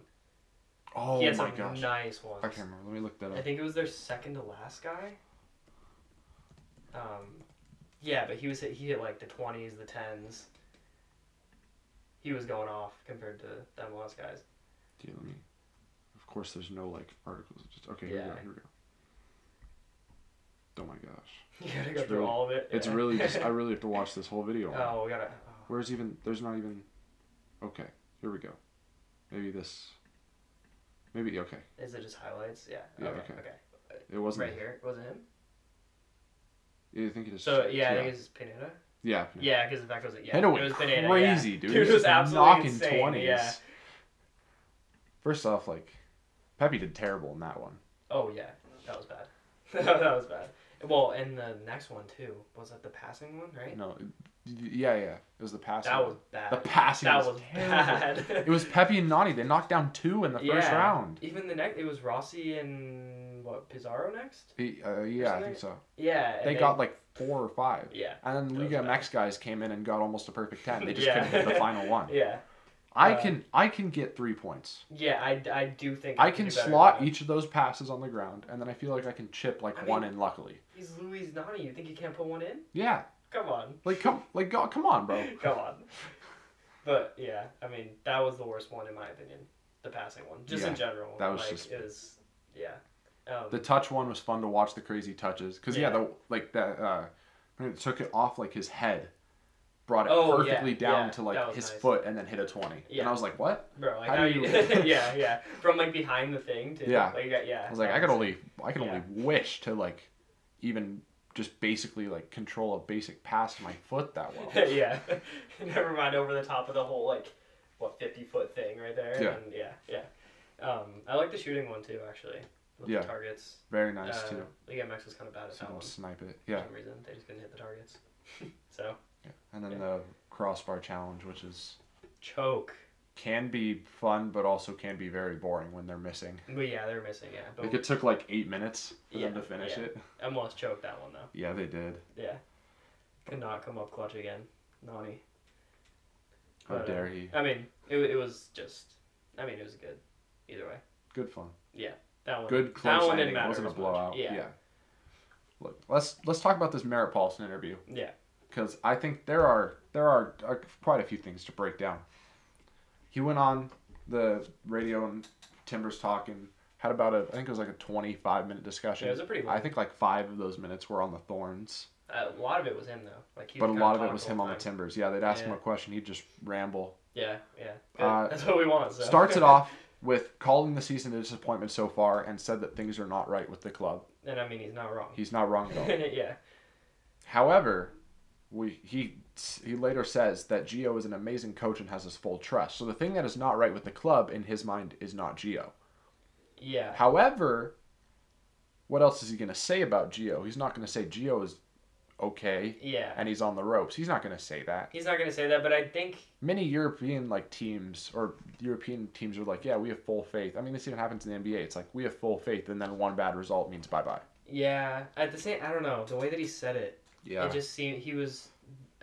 A: Oh
B: he had
A: my
B: some
A: gosh!
B: nice ones.
A: I can't remember. Let me look that
B: I
A: up.
B: think it was their second to last guy. Um, yeah, but he was hit, he hit like the twenties, the tens. He was going off compared to the MLS guys.
A: Dude, let me. Of course, there's no like articles. It's Just okay. Here we
B: Yeah.
A: go. Here we go. Oh my gosh!
B: You gotta go
A: It's
B: through
A: really-
B: all of it.
A: It's
B: Yeah.
A: really just. I really have to watch this whole video.
B: oh, we gotta. Oh.
A: Where's even? There's not even. Okay. Here we go. Maybe this. Maybe okay.
B: Is it just highlights? Yeah.
A: Yeah,
B: okay.
A: okay.
B: Okay.
A: It wasn't.
B: Right here. Was it him?
A: Yeah, I think it is.
B: So yeah, I
A: Yeah.
B: think it's Pineda.
A: yeah.
B: Yeah, because that goes. Yeah.
A: Hendo
B: it
A: went
B: was Pineda.
A: crazy,
B: yeah.
A: dude.
B: Dude,
A: He
B: it was
A: just
B: absolutely
A: knocking
B: insane.
A: 20s.
B: Yeah.
A: First off, like, Pepe did terrible in that one.
B: Oh yeah, that was bad. that was bad. Well, and the next one too was that the passing one, right?
A: No, Yeah, yeah. It was the passing.
B: That was bad.
A: the passing
B: that
A: was,
B: was,
A: terrible.
B: bad.
A: It was Pepe and Nani. They knocked down two in the first
B: Yeah.
A: round.
B: Even the next, it was Rossi and what Pizarro next.
A: He- uh, yeah, I think so.
B: Yeah, and
A: They got like four or five.
B: yeah,
A: And then
B: That was
A: Liga
B: bad.
A: MX guys came in and got almost a perfect ten. They just
B: Yeah.
A: couldn't get the final one.
B: yeah,
A: I
B: Uh,
A: can I can get three points.
B: yeah. I, I do think
A: I
B: could
A: can
B: do better than
A: slot
B: that.
A: each of those passes on the ground, and then I feel like I can chip like
B: I
A: one
B: mean-
A: in. Luckily,
B: He's Luis Nani. You think you can't put one in?
A: yeah.
B: Come on.
A: Like come like go, come on, bro.
B: Come on. But yeah, I mean that was the worst one in my opinion. The passing one, just in
A: Yeah,
B: general.
A: that was
B: like,
A: just-
B: it was yeah. Um,
A: The touch one was fun to watch the crazy touches because yeah.
B: Yeah.
A: the like that uh, when it took it off like his head, brought it
B: Oh, yeah,
A: perfectly down
B: yeah,
A: to
B: that
A: like
B: was
A: his
B: nice.
A: foot and then hit a twenty. And
B: Yeah.
A: I was like, what?
B: bro, like
A: how
B: how
A: do
B: you?
A: you-
B: yeah, yeah. From like behind the thing to
A: Yeah.
B: Like, yeah, yeah.
A: I was like,
B: that
A: I could only I can
B: yeah.
A: only wish to like even just basically like control a basic pass to my foot that well.
B: yeah. Never mind over the top of the whole like what fifty foot thing right there.
A: Yeah.
B: And, yeah. Yeah. Um, I like the shooting one too actually. With
A: Yeah.
B: The targets.
A: Very nice
B: uh,
A: too.
B: League MX was kind of bad at that
A: Someone
B: one.
A: snipe it. Yeah.
B: For some reason they just couldn't hit the targets. so
A: And then
B: Yeah.
A: the crossbar challenge, which is
B: choke.
A: can be fun but also can be very boring when they're missing.
B: But yeah, they're missing. Yeah. But
A: Like it took like eight minutes for them
B: Oh. Yeah,
A: to finish
B: yeah.
A: it.
B: I almost choked that one though.
A: Yeah, they did.
B: Yeah. Could not come up clutch again. Nani.
A: How
B: But, uh,
A: dare he?
B: I mean, it, wa- it was just. I mean, it was good. Either way,
A: Good fun.
B: that one.
A: Good close
B: that one
A: ending.
B: didn't
A: It
B: matter
A: wasn't a
B: as much.
A: blowout.
B: Yeah.
A: yeah. Look, let's let's talk about this Merritt Paulson interview.
B: Yeah.
A: because I think there are there are, are quite a few things to break down. He went on the radio and Timbers talk and had about a I think it was like a twenty five minute discussion.
B: Yeah, it was a pretty
A: I
B: long-
A: think like five of those minutes were on the Thorns,
B: Uh, A lot of it was him though. Like he
A: but a
B: kinda
A: lot of it
B: talked
A: was
B: the
A: him
B: whole
A: on the
B: time.
A: Timbers. Yeah, they'd ask him
B: Yeah.
A: a question, he'd just ramble.
B: Yeah, yeah. Good.
A: Uh,
B: That's what we want. So.
A: Starts it off with calling the season a disappointment so far and said that things are not right with the club.
B: and I mean, he's not wrong.
A: He's not wrong though.
B: yeah.
A: However, we he he later says that Gio is an amazing coach and has his full trust. So the thing that is not right with the club in his mind is not Gio.
B: Yeah.
A: However, what else is he going to say about Gio? He's not going to say Gio is okay
B: Yeah.
A: and he's on the ropes. He's not going to say that.
B: He's not gonna say that, but I think
A: Many European like teams or European teams are like, yeah, we have full faith. I mean, this even happens in the NBA. It's like we have full faith, and then one bad result means bye bye.
B: yeah. At the same, I don't know the way that he said it. It just seemed he was.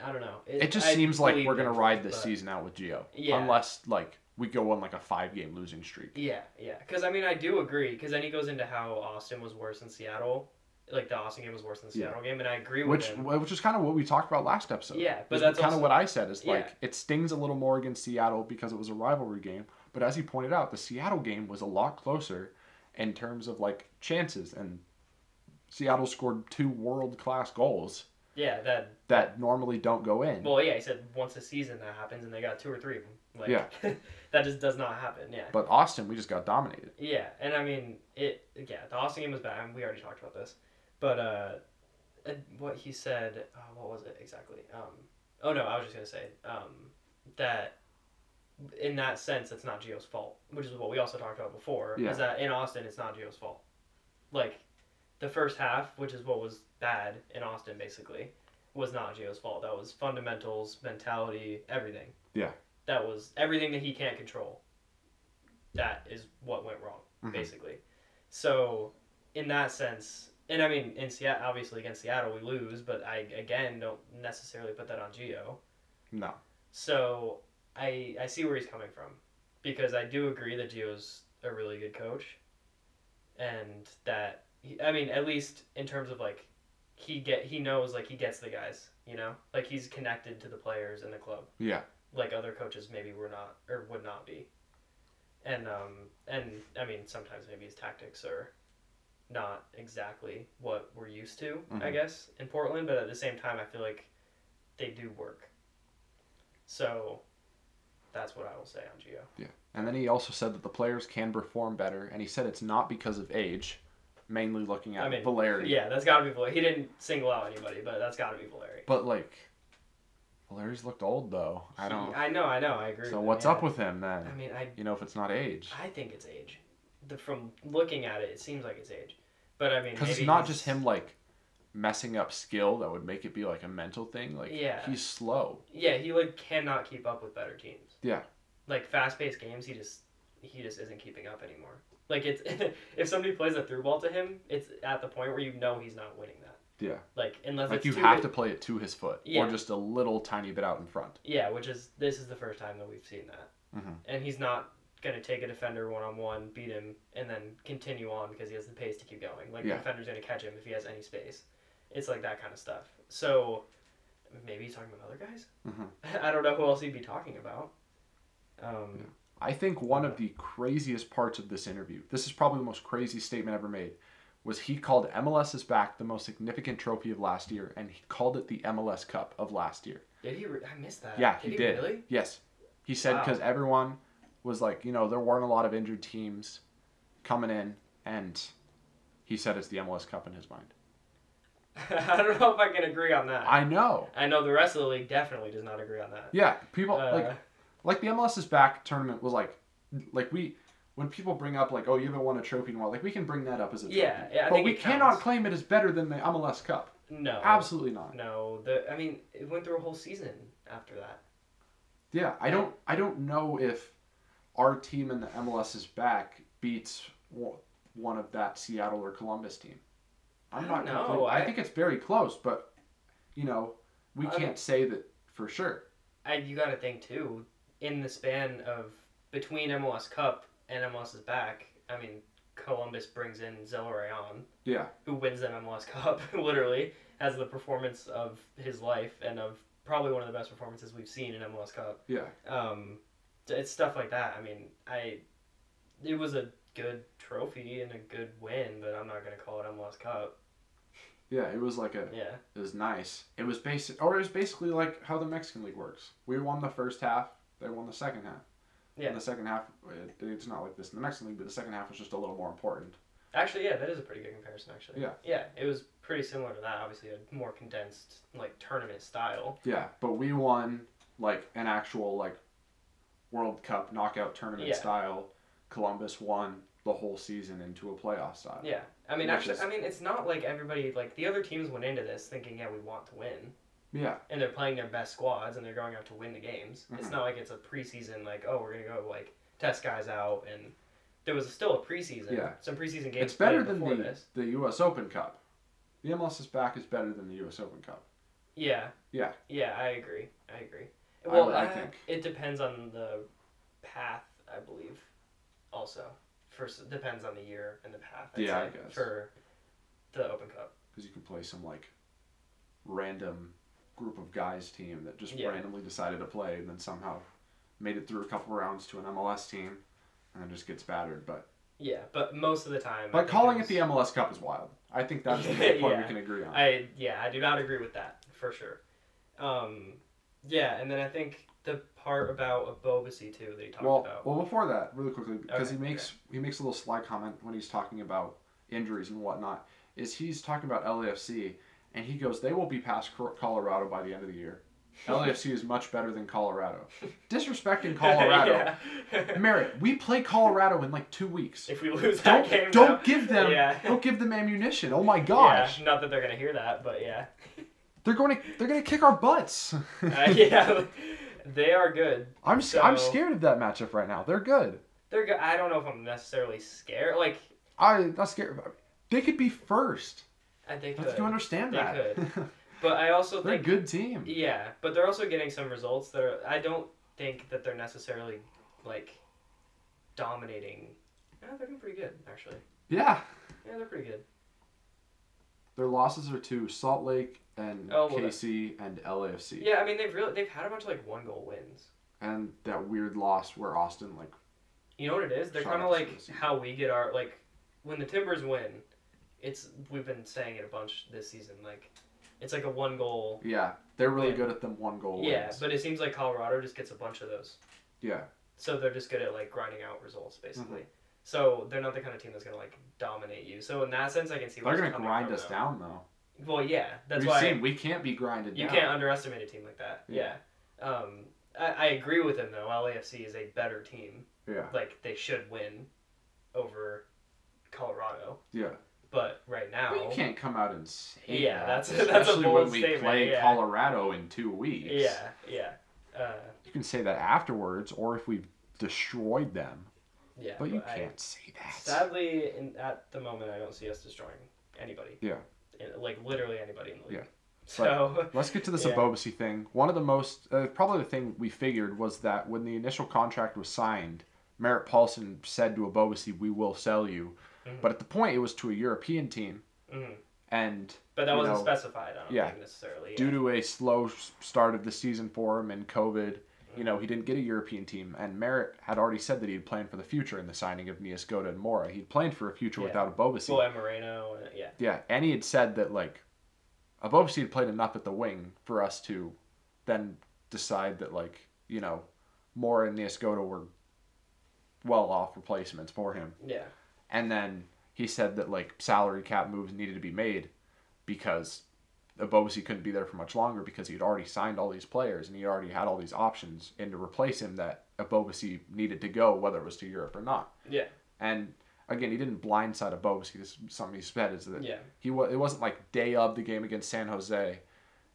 B: I don't know.
A: It just
B: I
A: seems like
B: believe
A: we're gonna
B: him,
A: ride this
B: but-
A: season out with Gio,
B: Yeah.
A: unless like we go on like a five game losing streak.
B: Yeah, yeah. Because I mean, I do agree. Because then he goes into how Austin was worse than Seattle, like the Austin game was worse than the
A: Yeah.
B: Seattle game, and I agree with
A: Which
B: him.
A: which is kind of what we talked about last episode.
B: Yeah, but
A: Is
B: that's
A: kind of
B: also-
A: what I said. Is
B: Yeah.
A: like it stings a little more against Seattle because it was a rivalry game. But as he pointed out, the Seattle game was a lot closer in terms of like chances, and Seattle scored two world class goals
B: Yeah, that.
A: that normally don't go in.
B: Well, yeah, he said once a season that happens, and they got two or three of them. Like,
A: Yeah.
B: that just does not happen. Yeah.
A: but Austin, we just got dominated.
B: Yeah, and I mean it. Yeah, the Austin game was bad. and We already talked about this, but uh, and what he said, uh, what was it exactly? Um, oh no, I was just gonna say um, that in that sense, it's not Geo's fault, which is what we also talked about before.
A: Yeah.
B: Is that in Austin, it's not Geo's fault. Like the first half, which is what was bad in Austin, basically, was not Geo's fault. That was fundamentals, mentality, everything.
A: Yeah.
B: That was everything that he can't control. That is what went wrong,
A: Mhm.
B: basically. So, in that sense, and I mean, in Seattle, obviously against Seattle we lose, but I again don't necessarily put that on Geo.
A: No.
B: So I I see where he's coming from, because I do agree that Geo's a really good coach, and that he, I mean at least in terms of like he get he knows like he gets the guys, you know, like he's connected to the players and the club
A: Yeah.
B: like other coaches maybe were not or would not be. And um and I mean sometimes maybe his tactics are not exactly what we're used to, I
A: Mhm.
B: guess, in Portland, but at the same time I feel like they do work. So that's what I will say on Geo.
A: And then he also said that the players can perform better, and he said it's not because of age, mainly looking at
B: I mean,
A: Valeri.
B: Yeah, that's gotta be Valeri. He didn't single out anybody, but that's gotta be Valeri.
A: But like, Valeri's looked old though. I don't.
B: I know, I know, I agree.
A: so
B: with him,
A: what's
B: yeah.
A: up with him then?
B: I mean I
A: You know, if it's not age,
B: I think it's age. The, from looking at it, it seems like it's age. But I mean
A: because it's
B: maybe
A: not
B: he's-
A: just him like messing up skill that would make it be like a mental thing. Like
B: Yeah.
A: he's slow.
B: Yeah, he like cannot keep up with better teams.
A: Yeah.
B: Like fast paced games, he just he just isn't keeping up anymore. Like it's if somebody plays a through ball to him, it's at the point where you know he's not winning that.
A: Yeah.
B: Like unless
A: Like
B: it's
A: you
B: too
A: have to play it to his foot
B: Yeah.
A: or just a little tiny bit out in front.
B: Yeah, which is this is the first time that we've seen that,
A: Mhm.
B: and he's not gonna take a defender one on one, beat him, and then continue on because he has the pace to keep going. Like
A: Yeah.
B: the defender's gonna catch him if he has any space. It's like that kind of stuff. So maybe he's talking about other guys.
A: Mhm.
B: I don't know who else he'd be talking about. Um,
A: I think one of the craziest parts of this interview, this is probably the most crazy statement ever made, was he called MLS is back the most significant trophy of last year, and he called it the MLS Cup of last year.
B: Did he? Re- I missed that.
A: Yeah, he did.
B: Really?
A: Yes, he said
B: Wow.
A: because everyone was like, you know, there weren't a lot of injured teams coming in, and he said it's the MLS Cup in his mind.
B: I don't know if I can agree on that. I,
A: I know.
B: know the rest of the league definitely does not agree on that.
A: Yeah, people
B: Uh,
A: like like the MLS is back tournament was like like we when people bring up like oh you haven't won a trophy in a while like we can bring that up as a trophy.
B: Yeah, yeah, I
A: but
B: think
A: we
B: it counts.
A: cannot claim it is better than the MLS Cup.
B: no.
A: Absolutely not.
B: No. The I mean, it went through a whole season after that.
A: Yeah, I don't I don't know if our team in the MLS is back beats w- one of that Seattle or Columbus team. I'm
B: I
A: not
B: don't know.
A: complete- I,
B: I-
A: think it's very close, but you know we
B: I
A: can't
B: don't-
A: say that for sure.
B: And you got to think too, in the span of between MLS Cup and MLS is back. I mean, Columbus brings in Zellerayon,
A: Yeah,
B: who wins them MLS Cup. Literally has the performance of his life and of probably one of the best performances we've seen in MLS Cup.
A: yeah,
B: um, it's stuff like that. I mean, I it was a good trophy and a good win, but I'm not gonna call it MLS Cup.
A: yeah. It was like a
B: Yeah,
A: It was nice. It was basic, or it was basically like how the Mexican League works. We won the first half, they won the second half.
B: Yeah.
A: And the second half, it, it's not like this in the Mexican League, but the second half was just a little more important.
B: actually, yeah, that is a pretty good comparison. Actually,
A: Yeah.
B: yeah, it was pretty similar to that. Obviously, a more condensed like tournament style.
A: Yeah, but we won like an actual like World Cup knockout tournament
B: Yeah.
A: style. Columbus won the whole season into a playoff style.
B: Yeah, I mean,
A: Which
B: actually,
A: is-
B: I mean, it's not like everybody like the other teams went into this thinking, yeah, we want to win,
A: Yeah.
B: and they're playing their best squads and they're going out to win the games. It's
A: Mhm.
B: not like it's a preseason like, oh, we're gonna go like test guys out and. There was still a preseason.
A: Yeah.
B: Some preseason games.
A: It's better
B: played
A: than
B: before
A: the,
B: this.
A: the U.S. Open Cup. The MLS is back is better than the U.S. Open Cup.
B: Yeah.
A: Yeah.
B: Yeah, I agree. I agree.
A: I-
B: Well,
A: I
B: uh,
A: think-
B: it depends on the path, I believe. Also, first depends on the year and the path. I'd
A: Yeah, I
B: say,
A: guess.
B: for the Open Cup.
A: because you can play some like random group of guys team that just
B: Yeah.
A: randomly decided to play and then somehow made it through a couple rounds to an MLS team and then just gets battered. But
B: Yeah, but most of the time. I
A: but
B: think
A: calling it
B: it's-
A: the MLS Cup is wild. I think that's the main point
B: Yeah.
A: we can agree on.
B: I yeah, I do not agree with that for sure. Um, yeah, and then I think the part about Abobasi too that he talked
A: well,
B: about.
A: well, before that, really quickly, because
B: Okay,
A: he makes he makes a little sly comment when he's talking about injuries and whatnot. Is he's talking about LAFC and he goes, "They will be past Cor- Colorado by the end of the year." LAFC is much better than Colorado. Disrespecting Colorado.
B: Yeah.
A: Merritt, we play Colorado in like two weeks.
B: if we lose that
A: Don't
B: game,
A: don't
B: now-
A: give them
B: Yeah.
A: don't give them ammunition. Oh my gosh,
B: Yeah, not that they're gonna hear that, but yeah,
A: they're going to they're going to kick our butts.
B: Uh, yeah, they are good.
A: I'm s I'm
B: so-
A: scared of that matchup right now. They're good.
B: They're good. I don't know if I'm necessarily scared. Like
A: I not scared. They could be first.
B: I think,
A: That's- you
B: that,
A: understand
B: They e
A: that?
B: but I also
A: they're a
B: think
A: good team.
B: yeah, but they're also getting some results that are. I don't think that they're necessarily like dominating. Yeah, they're doing pretty good actually.
A: Yeah,
B: Yeah, they're pretty good.
A: their losses are to Salt Lake and
B: Oh, well,
A: KC and LAFC,
B: Yeah, I mean they've really they've had a bunch of like one goal wins.
A: and that weird loss where Austin like
B: You know what it is? They're
A: Shout
B: kind of
A: out to
B: like
A: the season.
B: how we get our like when the Timbers win. It's we've been saying it a bunch this season. Like it's like a one goal
A: yeah they're really
B: Yeah.
A: good at them one goal
B: Yeah,
A: wins.
B: but it seems like Colorado just gets a bunch of those.
A: yeah
B: So they're just good at like grinding out results basically.
A: Mm-hmm.
B: So they're not the kind of team that's gonna like dominate you. So in that sense, I can see. where
A: they're
B: it's
A: gonna
B: coming
A: grind
B: from,
A: us
B: though.
A: down though.
B: Well, yeah, that's
A: We've
B: why
A: seen we can't be grinded.
B: you
A: down.
B: can't underestimate a team like that. Yeah.
A: Yeah.
B: Um, I, I agree with him though. LAFC is a better team.
A: Yeah,
B: Like they should win over Colorado.
A: yeah.
B: But right now,
A: But you can't come out and say
B: Yeah,
A: that,
B: that's- that's
A: especially
B: a bold
A: when we
B: statement,
A: play
B: yeah.
A: Colorado in two weeks.
B: yeah, yeah, uh,
A: you can say that afterwards, or if we've destroyed them.
B: yeah.
A: But you
B: I-
A: can't say that.
B: Sadly, in, at the moment, I don't see us destroying anybody.
A: Yeah.
B: In- like literally anybody in the league.
A: Yeah.
B: So
A: Let's get to this
B: Yeah.
A: Abobasi thing. One of the most, uh, probably the thing we figured was that when the initial contract was signed, Merritt Paulson said to Abobasi, "We will sell you,"
B: Mhm.
A: but at the point it was to a European team,
B: mhm.
A: and
B: but that
A: You
B: wasn't
A: know,
B: specified. I don't
A: yeah.
B: think necessarily. yeah.
A: due to a slow s- start of the season for him and COVID, you know, he didn't get a European team. And Merritt had already said that he had planned for the future in the signing of Nias Goda and Mora. He'd planned for a future
B: Yeah.
A: without Abobasi.
B: Well, and Moreno, and, yeah,
A: Yeah, and he had said that like Abobasi had played enough at the wing for us to then decide that like, you know, Mora and Niasgoda were well off replacements for him.
B: yeah,
A: And then he said that like salary cap moves needed to be made because Abobasi couldn't be there for much longer because he'd already signed all these players and he already had all these options and to replace him that Abobasi needed to go whether it was to Europe or not.
B: yeah,
A: And again, he didn't blindside Abobasi. This is something he said is that
B: yeah.
A: he was. It wasn't like day of the game against San Jose.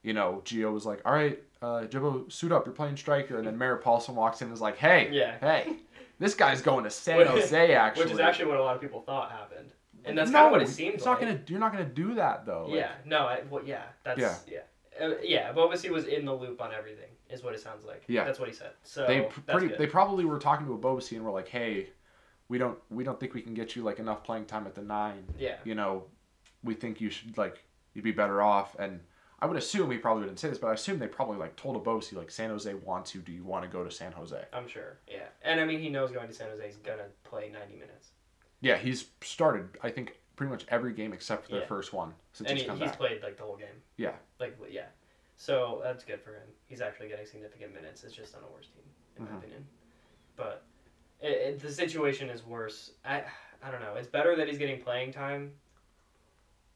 A: You know, Gio was like, "All right, uh, Jibbo, suit up. You're playing striker." And then Merritt Paulson walks in and is like, "Hey,
B: Yeah.
A: hey, this guy's going to San
B: Which-
A: Jose." Actually,
B: Which is actually what a lot of people thought happened, and that's kind of what it seems
A: It's
B: like.
A: not gonna. You're not gonna do that though. Like,
B: Yeah, no, I, well, yeah, that's yeah, yeah. Uh, yeah Bobasi was in the loop on everything, is what it sounds like.
A: Yeah.
B: that's what he said. So
A: they pr-
B: that's
A: pretty.
B: good.
A: They probably were talking to Abobasi and were like, "Hey, we don't. We don't think we can get you like enough playing time at the nine.
B: yeah,
A: you know, we think you should like you'd be better off. And I would assume he probably didn't say this, but I assume they probably like told Abosi like San Jose wants you. Do you want to go to San Jose?
B: I'm sure. Yeah, and I mean he knows going to San Jose, he's gonna play 90 minutes,
A: Yeah, he's started I think pretty much every game except for their
B: Yeah.
A: first one since
B: and
A: he's
B: he,
A: come
B: he's
A: back.
B: played like the whole game.
A: Yeah.
B: like yeah, so that's good for him. He's actually getting significant minutes. It's just on a worse team, in my
A: Mhm.
B: opinion. But it, it, the situation is worse. I I don't know. It's better that he's getting playing time.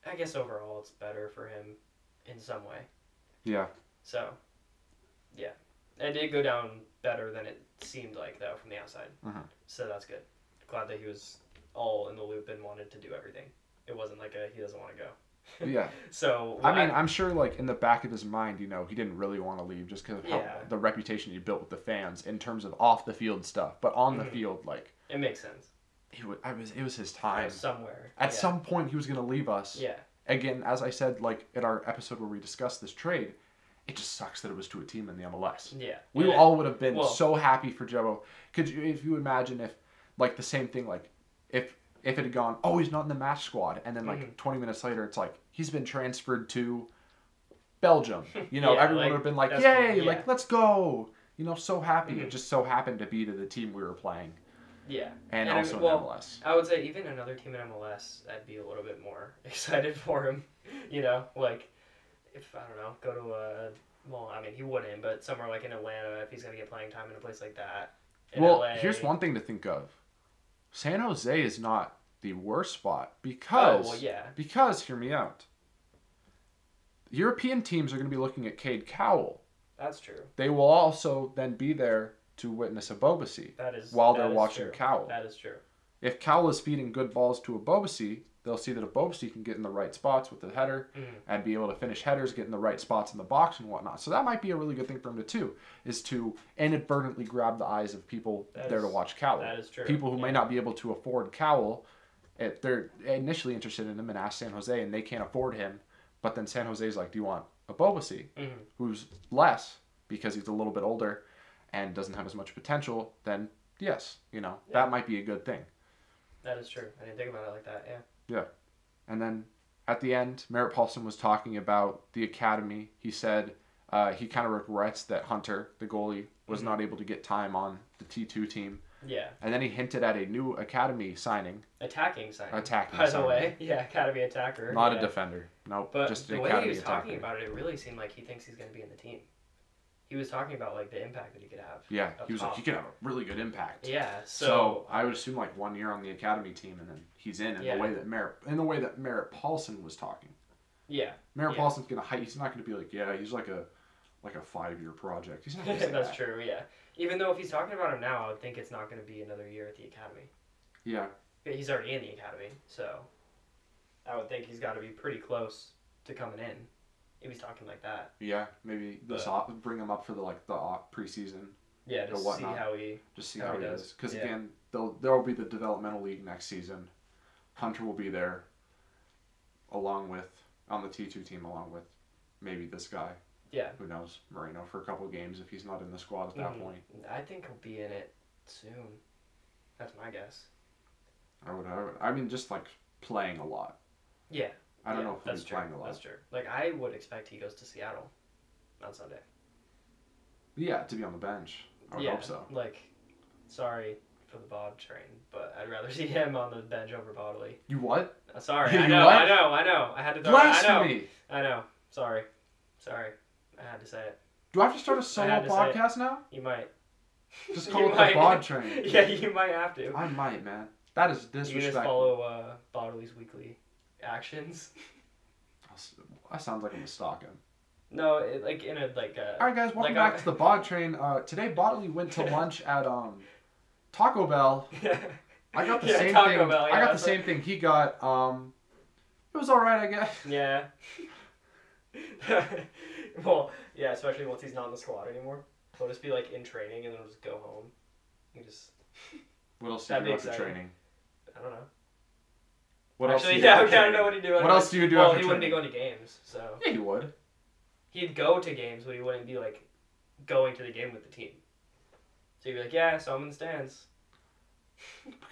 B: I guess overall, it's better for him in some way.
A: yeah,
B: So, yeah, it did go down better than it seemed like though from the outside.
A: Mhm.
B: So that's good. Glad that he was all in the loop and wanted to do everything. It wasn't like a he doesn't want to go.
A: yeah.
B: So
A: I mean, I'm sure like in the back of his mind, you know, he didn't really want to leave just because of how,
B: Yeah.
A: the reputation he built with the fans in terms of off the field stuff. But on the
B: Mhm.
A: field, like
B: it makes sense.
A: it was, I was, it was his time.
B: Somewhere
A: At
B: yeah.
A: some point, he was gonna leave us.
B: yeah
A: again, as I said, like in our episode where we discussed this trade, it just sucks that it was to a team in the MLS.
B: yeah
A: We
B: yeah.
A: all would have been
B: Well-
A: so happy for Jebo. Could you, if you imagine if, like the same thing, like if if it had gone, oh, he's not in the match squad, and then like
B: Mhm.
A: 20 minutes later, it's like he's been transferred to Belgium. You know,
B: Yeah,
A: everyone
B: like,
A: would have been like, yay,
B: that's cool, yeah.
A: like let's go. You know, so happy.
B: Mhm.
A: It just so happened to be to the team we were playing,
B: yeah.
A: and,
B: And I
A: also
B: mean, well,
A: in MLS.
B: I would say even another team in MLS, I'd be a little bit more excited for him. You know, like if I don't know, go to a well, I mean he wouldn't, but somewhere like in Atlanta, if he's gonna get playing time in a place like that. in
A: Well,
B: LA.
A: here's one thing to think of. San Jose is not the worst spot
B: Oh
A: because
B: well, yeah,
A: because hear me out. European teams are going to be looking at Cade Cowell.
B: that's true.
A: They will also then be there to witness Abobasi
B: That is
A: while
B: that
A: they're
B: is
A: watching
B: true.
A: Cowell.
B: That is true.
A: If Cowell is feeding good balls to Abobasi, they'll see that Abobasi can get in the right spots with the header
B: Mhm.
A: and be able to finish headers, get in the right spots in the box and whatnot. So that might be a really good thing for him to do, is to inadvertently grab the eyes of people
B: That
A: there to
B: is-
A: watch Cowell
B: That is true.
A: people who
B: yeah.
A: may not be able to afford Cowell, if they're initially interested in him and ask San Jose, and they can't afford him. But then San Jose's like, "Do you want a Bobasi,
B: Mhm.
A: who's less because he's a little bit older and doesn't have as much potential?" Then yes, you know
B: Yeah.
A: that might be a good thing.
B: That is true. I didn't think about it like that. Yeah.
A: And then at the end, Merritt Paulson was talking about the academy. He said uh, he kind of regrets that Hunter, the goalie, was
B: Mhm.
A: not able to get time on the T two team.
B: Yeah.
A: And then he hinted at a new academy signing,
B: Attacking sign.
A: Attacking
B: By the
A: sign.
B: way, yeah, academy attacker.
A: not
B: yeah.
A: a defender. No,
B: But
A: just an
B: the way
A: academy
B: he was
A: attacker.
B: talking about it, it really seemed like he thinks he's going to be in the team. He was talking about like the impact that he could have.
A: Yeah,
B: up
A: he was like,
B: top.
A: he could have a really good impact.
B: Yeah.
A: So,
B: So,
A: I would assume like one year on the academy team, and then he's in. In
B: Yeah.
A: the way that Merritt, in the way that Merritt Paulson was talking,
B: yeah,
A: Merritt
B: Yeah.
A: Paulson's gonna hide. He's not gonna be like, yeah, he's like a like a five year project. He's not gonna say
B: that's
A: that.
B: true. Yeah. Even though if he's talking about him now, I would think it's not going to be another year at the academy.
A: Yeah,
B: He's already in the academy, so I would think he's got to be pretty close to coming in. If he's talking like that,
A: Yeah, maybe the
B: But-
A: soft, bring him up for the like the off preseason.
B: yeah,
A: Or
B: to see
A: whatnot.
B: how he.
A: Just see
B: How
A: how
B: he
A: he
B: does.
A: is. Because
B: Yeah.
A: again, they'll there will be the developmental league next season. Hunter will be there, along with on the T two team, along with maybe this guy.
B: Yeah.
A: Who knows Moreno for a couple games if he's not in the squad at that
B: Mhm.
A: point.
B: I think he'll be in it soon. That's my guess.
A: I would, I would. I mean, just like playing a lot.
B: Yeah.
A: I don't
B: yeah,
A: know if he'll
B: that's
A: be
B: true.
A: playing a lot.
B: That's true. Like I would expect he goes to Seattle on Sunday.
A: Yeah, to be on the bench. I would
B: yeah,
A: hope so.
B: Like, sorry for the Bob train, but I'd rather see him on the bench over Bodley.
A: You what?
B: Uh, sorry,
A: You
B: I know,
A: what?
B: I know, I know. I had to throw
A: Blasphemy!
B: I know, I know. Sorry, sorry. I had to say it.
A: Do I have to start a
B: I
A: solo
B: had to say it.
A: podcast now?
B: You might.
A: Just
B: You
A: call it
B: might.
A: the Bod Train.
B: yeah, you might have to.
A: I might, man. That is
B: You just
A: disrespectful.
B: follow uh, Bodley's weekly actions.
A: I s- I sound like I'm a stalking.
B: No, it, like in a like uh, a.
A: All right, guys, welcome
B: Like,
A: back
B: I-
A: to the Bod Train. Uh, today, Bodily went to lunch at um, Taco Bell. I got the
B: Yeah,
A: same
B: Taco
A: thing.
B: Bell,
A: I
B: yeah,
A: got the
B: that's
A: same thing he got. Um, it was all right, I guess.
B: Yeah. well, yeah, especially once he's not in the squad anymore. He'll just be like in training and then he'll just go home. He just,
A: What else do you
B: That'd
A: do
B: be
A: after
B: exciting.
A: training?
B: I don't know.
A: What
B: Actually,
A: else? do you
B: yeah,
A: do
B: okay,
A: after
B: I don't know
A: training?
B: what he'd do.
A: What
B: after-
A: else do you do
B: Well,
A: after
B: he wouldn't be
A: training?
B: going to games, so
A: Yeah, you would.
B: he'd go to games, but he wouldn't be like going to the game with the team. So he'd be like, "Yeah, so I'm in the stands."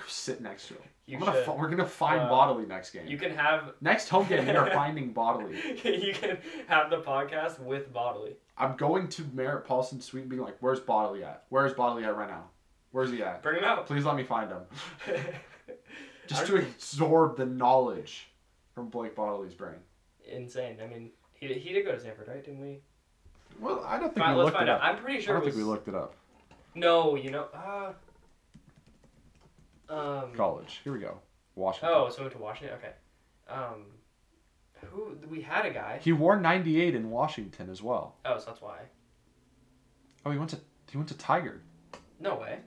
A: Sit next to him.
B: You
A: I'm gonna
B: should.
A: fi- we're gonna find
B: Uh,
A: Bodily next game.
B: you can have
A: Next home game, we are finding Bodily.
B: you can have the podcast with Bodley.
A: I'm going to Merritt Paulson Suite and being like, where's Bodily at? Where's Bodily at right now? Where's he at?
B: Bring him out.
A: Please let me find him. Just
B: I-
A: to absorb the knowledge from Blake Bodely's brain.
B: Insane. I mean, he he did go to Stanford, right? Didn't we?
A: Well, I don't think
B: Fine,
A: we
B: let's
A: looked it
B: find out.
A: up.
B: I'm pretty sure
A: I
B: it
A: don't
B: was.
A: think we looked it up.
B: No, you know. Uh, um.
A: College. Here we go. Washington.
B: Oh, so we went to Washington. Okay. Um, who we had a guy.
A: He wore 98 in Washington as well.
B: Oh, so that's why.
A: Oh, he went to he went to Tiger.
B: No way.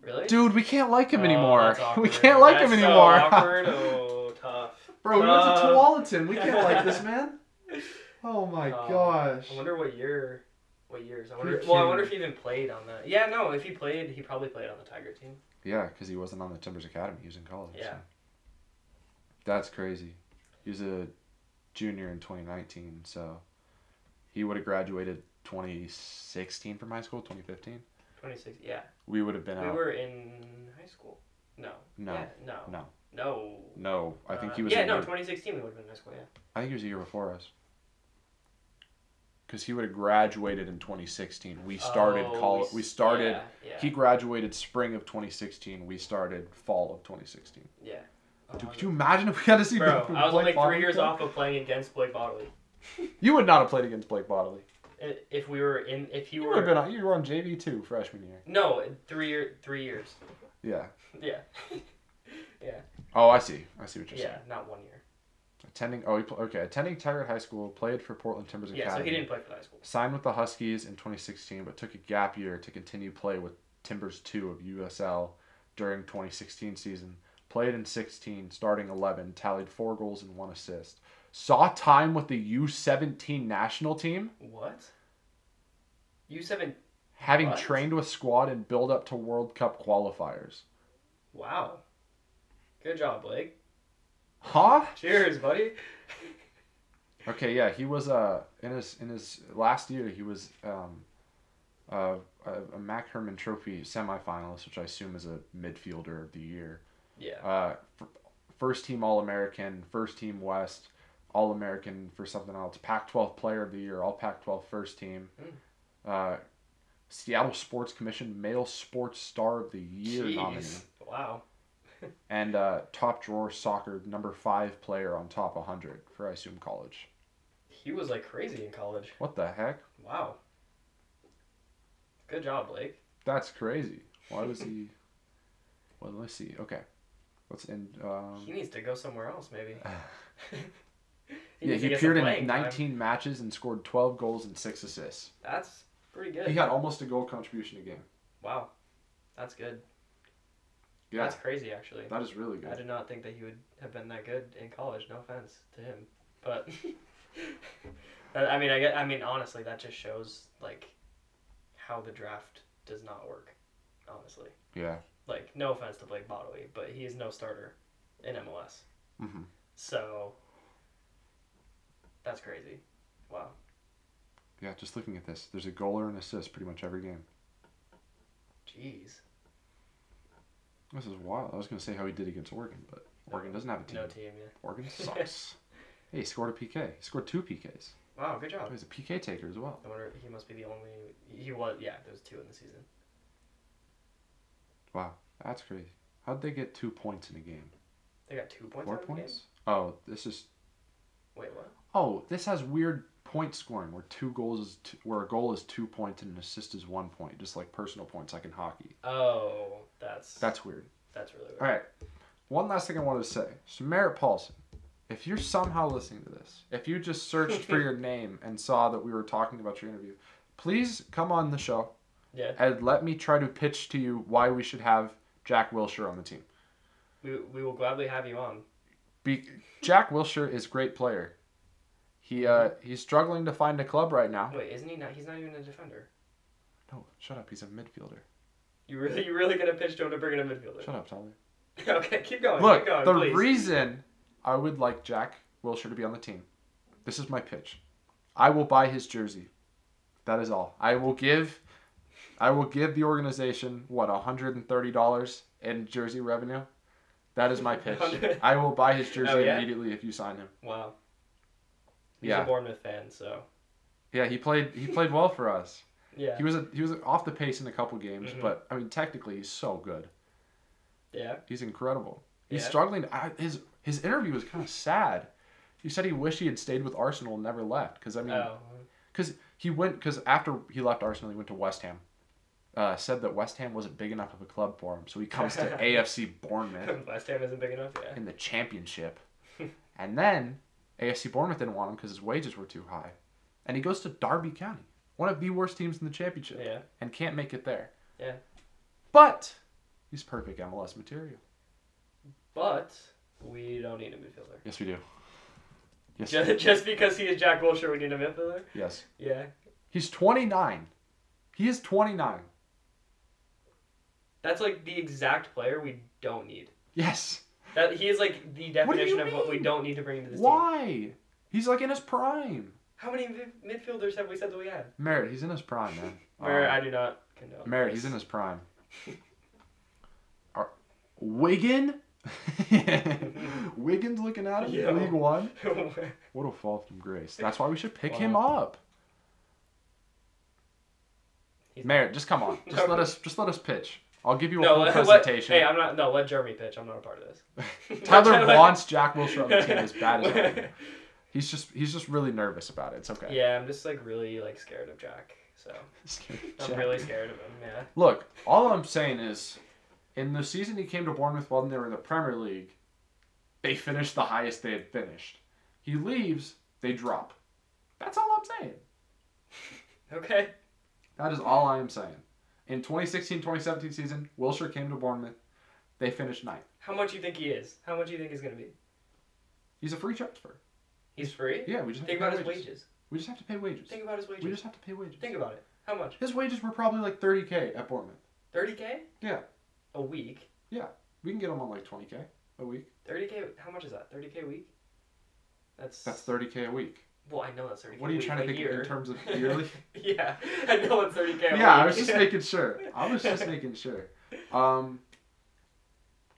B: Really?
A: Dude, we can't like him
B: Oh,
A: anymore.
B: that's awkward.
A: We can't like
B: That's
A: him
B: so
A: anymore.
B: awkward. Oh, tough.
A: Bro, we went to
B: Uh,
A: Tualatin. We can't like this man. Oh my
B: Um,
A: gosh.
B: I wonder what year. What years? I wonder.
A: You're
B: Well, I
A: kidding
B: wonder
A: me.
B: if he even played on that. Yeah, no. If he played, he probably played on the Tiger team.
A: Yeah, because he wasn't on the Timbers Academy. He was in college.
B: Yeah.
A: so. That's crazy. He was a junior in 2019, so he would have graduated 2016 from high school, 2015.
B: Twenty six. Yeah.
A: We would have been
B: We
A: out.
B: were in high school. No.
A: No.
B: Yeah, no.
A: No.
B: No.
A: No, I think
B: Uh,
A: he was.
B: Yeah,
A: a
B: no.
A: year-
B: 2016, we would have been in high school. Yeah.
A: I think he was a year before us. Because he would have graduated in 2016. We started
B: Oh,
A: college.
B: s-
A: We started.
B: Yeah. yeah,
A: He graduated spring of 2016. We started fall of 2016.
B: yeah. Um,
A: Dude, could you imagine if we had to see
B: Bro,
A: Blake
B: I was only
A: Bodley
B: three years
A: play?
B: off of playing against Blake Bodley.
A: You would not have played against Blake Bodily.
B: I- If we were in, if he
A: You
B: were
A: would have been on. You were on JV two freshman year.
B: no three year three years.
A: Yeah.
B: Yeah,
A: Oh, I see. I see what you're
B: yeah,
A: saying.
B: not one year.
A: Attending. Oh, he pl- okay. Attending Tigard High School, played for Portland Timbers
B: Yeah,
A: Academy.
B: so he didn't play for the high school.
A: Signed with the Huskies in 2016, but took a gap year to continue play with Timbers two of USL during 2016 season. Played in 16, starting 11, tallied four goals and one assist. Saw time with the U17 national team,
B: What? U seven?
A: having
B: What?
A: trained with squad and build up to World Cup qualifiers.
B: Wow. Good job, Blake.
A: Huh?
B: Cheers, buddy.
A: Okay, yeah, he was uh in his in his last year he was um uh, a, a Mac Herman Trophy semifinalist, which I assume is a midfielder of the year.
B: Yeah.
A: Uh, f- first team All American, first team West, All American for something else. Pac-12 Player of the Year, All Pac-12 first team.
B: Mm.
A: Uh, Seattle Sports Commission Male Sports Star of the Year nominee
B: Jeez. Wow.
A: and uh, top drawer soccer number five player on top 100 for I assume college.
B: He was like crazy in college.
A: What the heck?
B: Wow. Good job, Blake.
A: That's crazy. Why was he? Well, let's see. Okay, let's end. Um,
B: He needs to go somewhere else, maybe.
A: yeah,
B: needs
A: he
B: to get some
A: appeared in
B: playing time.
A: 19 matches and scored 12 goals and six assists.
B: That's pretty good.
A: He had almost a goal contribution a game.
B: Wow, that's good.
A: Yeah,
B: That's crazy, actually.
A: that is really
B: I
A: good.
B: did not think that he would have been that good in college. No offense to him, but That- I mean, I get. I mean, honestly, that just shows like how the draft does not work. Honestly,
A: Yeah.
B: like no offense to Blake Bodley, but he is no starter in MLS.
A: Mm-hmm.
B: So that's crazy. Wow.
A: Yeah, just looking at this, there's a goal or an assist pretty much every game.
B: Jeez.
A: This is wild. I was gonna say how he did against Oregon, but Oregon doesn't have a team.
B: No team. Yeah.
A: Oregon sucks. hey, he scored a PK. He scored two PKs.
B: Wow. Good
A: Oh,
B: job.
A: he's a PK taker as well.
B: I wonder. He must be the only. He was. Yeah. There was two in the season.
A: Wow, that's crazy. How'd they get two points in a game?
B: They got two points.
A: Four
B: out of the game?
A: points? Oh, this is.
B: Wait. What?
A: Oh, this has weird point scoring where two goals is two, where a goal is two points and an assist is one point, just like personal points, like in hockey.
B: Oh, that's that's,
A: That's weird.
B: really weird.
A: All right. One last thing I wanted to say. So Merritt Paulson, if you're somehow listening to this, if you just searched for your name and saw that we were talking about your interview, please come on the show
B: Yeah.
A: and let me try to pitch to you why we should have Jack Wilshire on the team.
B: We, we will gladly have you on.
A: Be- Jack Wilshire is a great player. He uh, he's struggling to find a club right now.
B: Wait, isn't he not? He's not even a defender.
A: No, shut up. He's a midfielder.
B: You really, you really gonna pitch to him to bring in a midfielder?
A: Shut up, Tyler.
B: okay, keep going.
A: Look,
B: keep going,
A: the
B: please.
A: reason I would like Jack Wilshire to be on the team, this is my pitch. I will buy his jersey. That is all. I will give, I will give the organization what hundred and thirty dollars in jersey revenue. That is my pitch. I will buy his jersey
B: Oh, yeah?
A: immediately if you sign him.
B: wow. He's
A: Yeah.
B: a Bournemouth fan, so
A: Yeah, he played. He played well for us.
B: yeah,
A: He was a, he was off the pace in a couple games,
B: Mhm.
A: but I mean, technically, he's so good.
B: yeah.
A: He's incredible. He's
B: Yeah.
A: struggling. I, his his interview was kind of sad. He said he wished he had stayed with Arsenal and never left. Because I mean,
B: Oh,
A: because he went because after he left Arsenal, he went to West Ham. Uh, said that West Ham wasn't big enough of a club for him, so he comes to AFC Bournemouth
B: West Ham isn't big enough. Yeah.
A: in the Championship, and then AFC Bournemouth didn't want him because his wages were too high, and he goes to Derby County, one of the worst teams in the Championship,
B: Yeah.
A: and can't make it there.
B: Yeah.
A: But he's perfect MLS material.
B: But we don't need a midfielder.
A: Yes, we do. Yes.
B: Just, just because he is Jack Wilshere, we need a midfielder.
A: Yes.
B: Yeah.
A: He's 29. He is 29.
B: That's like the exact player we don't need.
A: Yes.
B: That he is like the
A: What do you
B: definition of what we
A: mean?
B: don't need to bring into this team.
A: Why? He's like in his prime.
B: How many mid- midfielders have we said that we had?
A: Merritt, he's in his prime, man.
B: Where
A: Um,
B: I do not condone.
A: Merritt, he's in his prime. Are- Wigan? Wigan's looking at him
B: Yo.
A: in League One.
B: his.
A: What a fall from grace. That's why we should pick him
B: Wow.
A: up.
B: He's-
A: Merritt, just come on. Just
B: No.
A: let us just let us pitch. I'll give you a
B: no,
A: full
B: let,
A: presentation.
B: Let, hey, I'm not. No, let Jeremy pitch. I'm not a part of this.
A: Tyler
B: Let-
A: wants Jack Wilshere on the team as bad as I do. He's just he's just really nervous about it. It's okay.
B: Yeah, I'm just like really like scared of Jack. So
A: Scared
B: I'm
A: Jack.
B: Oh, really scared of him. Yeah.
A: Look, all I'm saying is, in the season he came to Bournemouth while they were in the Premier League, they finished the highest they had finished. He leaves, they drop. That's all I'm saying.
B: Okay.
A: That is all I am saying. In 2016-2017 season, Wilshire came to Bournemouth. They finished ninth.
B: How much you think he is? How much you think he's gonna be?
A: He's a free transfer.
B: He's free.
A: Yeah, we just have
B: Think
A: to pay
B: about his
A: wages.
B: wages.
A: We just have to pay wages.
B: Think about his
A: We
B: wages.
A: just have to pay wages.
B: Think about it. How much?
A: His wages were probably like 30k at Bournemouth.
B: 30k
A: Yeah.
B: a week.
A: We can get him on like 20k a week.
B: 30k. How much is that? 30k a week. That's.
A: That's 30k a week.
B: Well, I know that's 30k.
A: What are you
B: a week,
A: trying to
B: a
A: think
B: year.
A: in terms of yearly?
B: yeah, I know it's 30k. a
A: yeah, I
B: week.
A: was just making sure. I was just making sure. Um,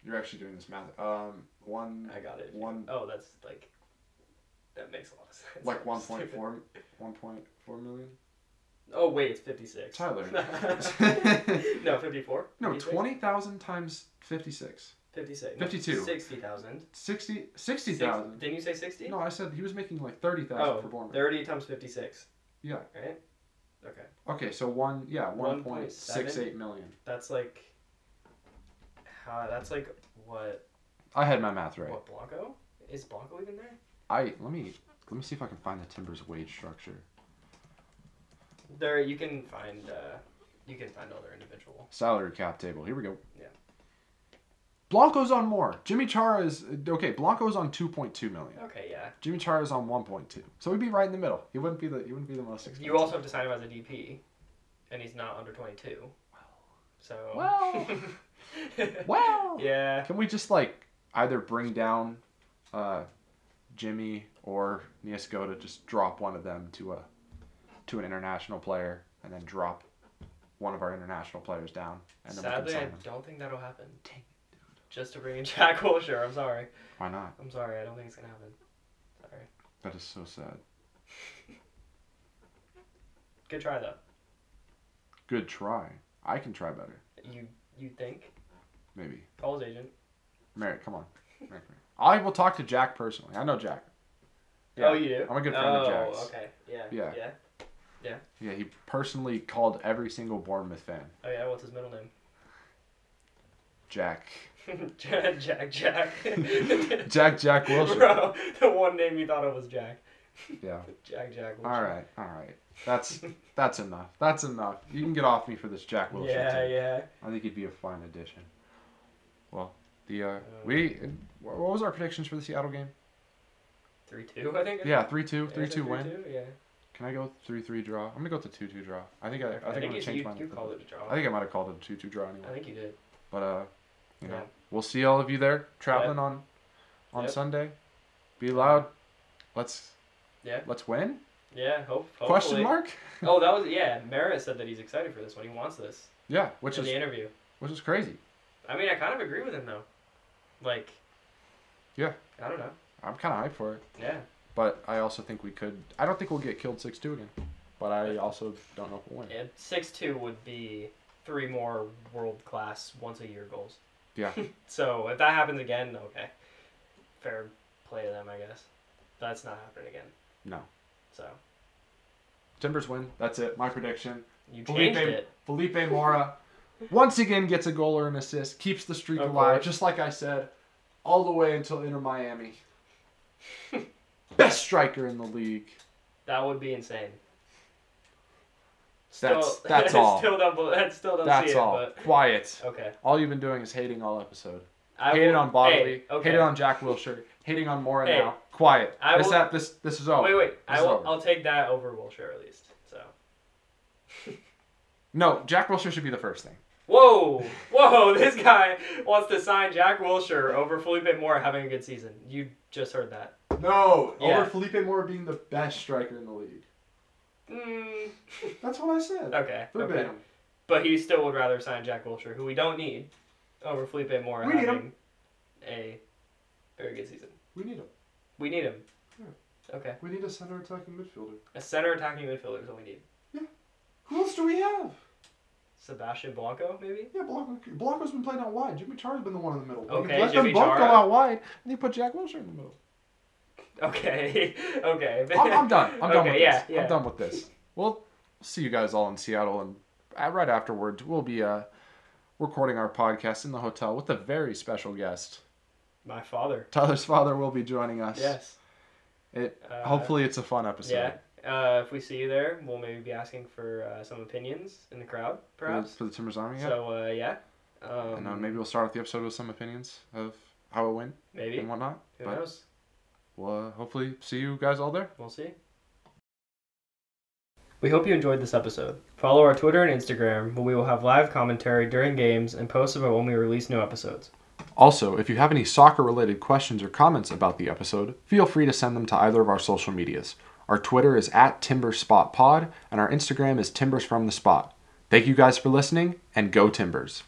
A: you're actually doing this math. Um, one
B: I got it.
A: One-
B: Oh, that's like. That makes a lot of sense.
A: like
B: I'm
A: 1.4
B: stupid.
A: 1.4 million.
B: Oh wait, it's fifty six.
A: Tyler.
B: no, fifty four.
A: No, twenty thousand times 56.
B: Fifty six.
A: 52.
B: Sixty thousand.
A: 60 60,000.
B: Didn't you say sixty?
A: no, I said he was making like thirty thousand
B: Oh,
A: for Bournemouth.
B: thirty times fifty six.
A: Yeah.
B: Right. Okay,
A: Okay, so one yeah one point six
B: 1.7?
A: eight million.
B: that's like. How, that's like what?
A: I had my math right.
B: What Blanco? Is Blanco even there?
A: I let me let me see if I can find the Timbers wage structure.
B: There, you can find. uh You can find other individual.
A: Salary cap table. Here we go.
B: Yeah.
A: Blanco's on more. Jimmy Chara is okay. Blanco's on two point two million.
B: Okay, yeah.
A: Jimmy Chara is on one point two. So he'd be right in the middle. He wouldn't be the he wouldn't be the most expensive.
B: You also have to sign him as a DP, and he's not under 22. So.
A: Well. wow.
B: yeah.
A: Can we just like either bring down uh, Jimmy or Niesco to just drop one of them to a to an international player and then drop one of our international players down and then we
B: Sadly,
A: can
B: I
A: sign them.
B: don't think that'll happen.
A: Dang it,
B: Just to bring in Jack Wilshere. I'm sorry.
A: Why not?
B: I'm sorry. I don't think it's gonna happen. Sorry.
A: That is so sad.
B: Good try though.
A: Good try. I can try better.
B: You you think?
A: Maybe.
B: Call his agent.
A: Merrick, come on. Merrick, Merrick. I will talk to Jack personally. I know Jack.
B: Oh, you do.
A: I'm a good friend of Jack's.
B: Oh, okay. Yeah.
A: Yeah.
B: Yeah.
A: Yeah, he personally called every single Bournemouth fan.
B: Oh yeah. What's his middle name?
A: Jack.
B: Jack, Jack, Jack.
A: Jack Jack Wilshire.
B: Bro, the one name you thought of was Jack.
A: Yeah.
B: Jack, Jack. Wilshere.
A: All right. All right. That's that's enough. That's enough. You can get off me for this Jack Wilshire.
B: Yeah,
A: too.
B: yeah.
A: I think he'd be a fine addition. Well, the uh,
B: Uh,
A: we what what was our predictions for the Seattle game?
B: Three two, I think.
A: Yeah, three two,
B: Yeah,
A: three
B: is it
A: two win.
B: 3-2? Yeah.
A: Can I go three three draw? I'm gonna go with the two two draw. I think I, I think I am
B: you,
A: gonna change
B: you,
A: my.
B: you called it a draw.
A: I think I might have called it a two two draw anyway.
B: I think you did.
A: But uh, you know,
B: Yeah.
A: we'll see all of you there traveling on on
B: Yep.
A: Sunday. Be loud. Let's
B: Yeah.
A: let's win?
B: Yeah. Hope. Hopefully.
A: Question mark?
B: Oh, that was yeah. Merritt said that he's excited for this one. He wants this
A: Yeah, which
B: in the
A: is
B: interview.
A: which is crazy.
B: I mean, I kind of agree with him though. Like.
A: Yeah.
B: I don't know.
A: I'm kind of hyped for it,
B: Yeah.
A: but I also think we could. I don't think we'll get killed six two again, but I also don't know if we'll win.
B: And six two would be three more world class once a year goals.
A: Yeah.
B: so if that happens again, okay. Fair play to them, I guess. That's not happening again.
A: No.
B: So
A: Timbers win. That's it. My prediction.
B: you
A: Felipe
B: changed it.
A: Felipe Mora once again gets a goal or an assist, keeps the streak
B: Of
A: alive,
B: course.
A: just like I said, all the way until Inter Miami. Best striker in the league.
B: That would be insane.
A: That's- that's all.
B: Still don't. bel- I still don't
A: That's
B: see
A: all.
B: it.
A: Quiet.
B: But okay.
A: All you've been doing is hating all episode.
B: I
A: hating
B: will-
A: on Bodley.
B: hey, okay.
A: Hating on Jack Wilshire. Hating on Mora
B: Hey,
A: now. Quiet.
B: I
A: this
B: will-
A: app. This this is over.
B: wait, wait. I
A: This is
B: will.
A: over.
B: I'll take that over Wilshire at least. So.
A: No, Jack Wilshire should be the first thing.
B: Whoa, whoa! This guy wants to sign Jack Wilshire over Felipe Mora having a good season. You just heard that.
A: No,
B: Yeah.
A: over Felipe Mora being the best striker in the league.
B: Mm,
A: That's what I said.
B: okay. Okay.
A: Verbatim.
B: But he still would rather sign Jack Wilshire, who we don't need, over Felipe Mora
A: We need
B: having a very good season.
A: We need him.
B: We need him.
A: Yeah.
B: Okay.
A: We need a center attacking midfielder.
B: A center attacking midfielder is what we need.
A: Who else do we have?
B: Sebastian Blanco, maybe?
A: Yeah, Blanco, Blanco's been playing out wide. Jimmy Char's been the one in the middle. You
B: Okay,
A: let
B: Jimmy
A: them both go
B: Chara.
A: out wide, and you put Jack Wilshire in the middle.
B: Okay. okay.
A: I'm, I'm done. I'm done
B: Okay,
A: with
B: yeah,
A: this.
B: yeah.
A: I'm done with this. We'll see you guys all in Seattle, and uh, right afterwards, we'll be uh, recording our podcast in the hotel with a very special guest.
B: My father.
A: Tyler's father will be joining us.
B: Yes.
A: It.
B: Uh,
A: hopefully, it's a fun episode.
B: Yeah. Uh, if we see you there, we'll maybe be asking for uh, some opinions in the crowd,
A: For the-
B: perhaps.
A: for the Timbers Army. Yeah.
B: So uh, yeah. Um,
A: and uh, maybe we'll start off the episode with some opinions of how it went
B: maybe.
A: and whatnot.
B: Who
A: but
B: knows?
A: we'll uh, hopefully see you guys all there.
B: We'll see. We hope you enjoyed this episode. Follow our Twitter and Instagram, where we will have live commentary during games and posts about when we release new episodes.
A: Also, if you have any soccer related questions or comments about the episode, feel free to send them to either of our social medias. Our Twitter is at TimberspotPod, and our Instagram is Timbers From The Spot. Thank you guys for listening, and go Timbers!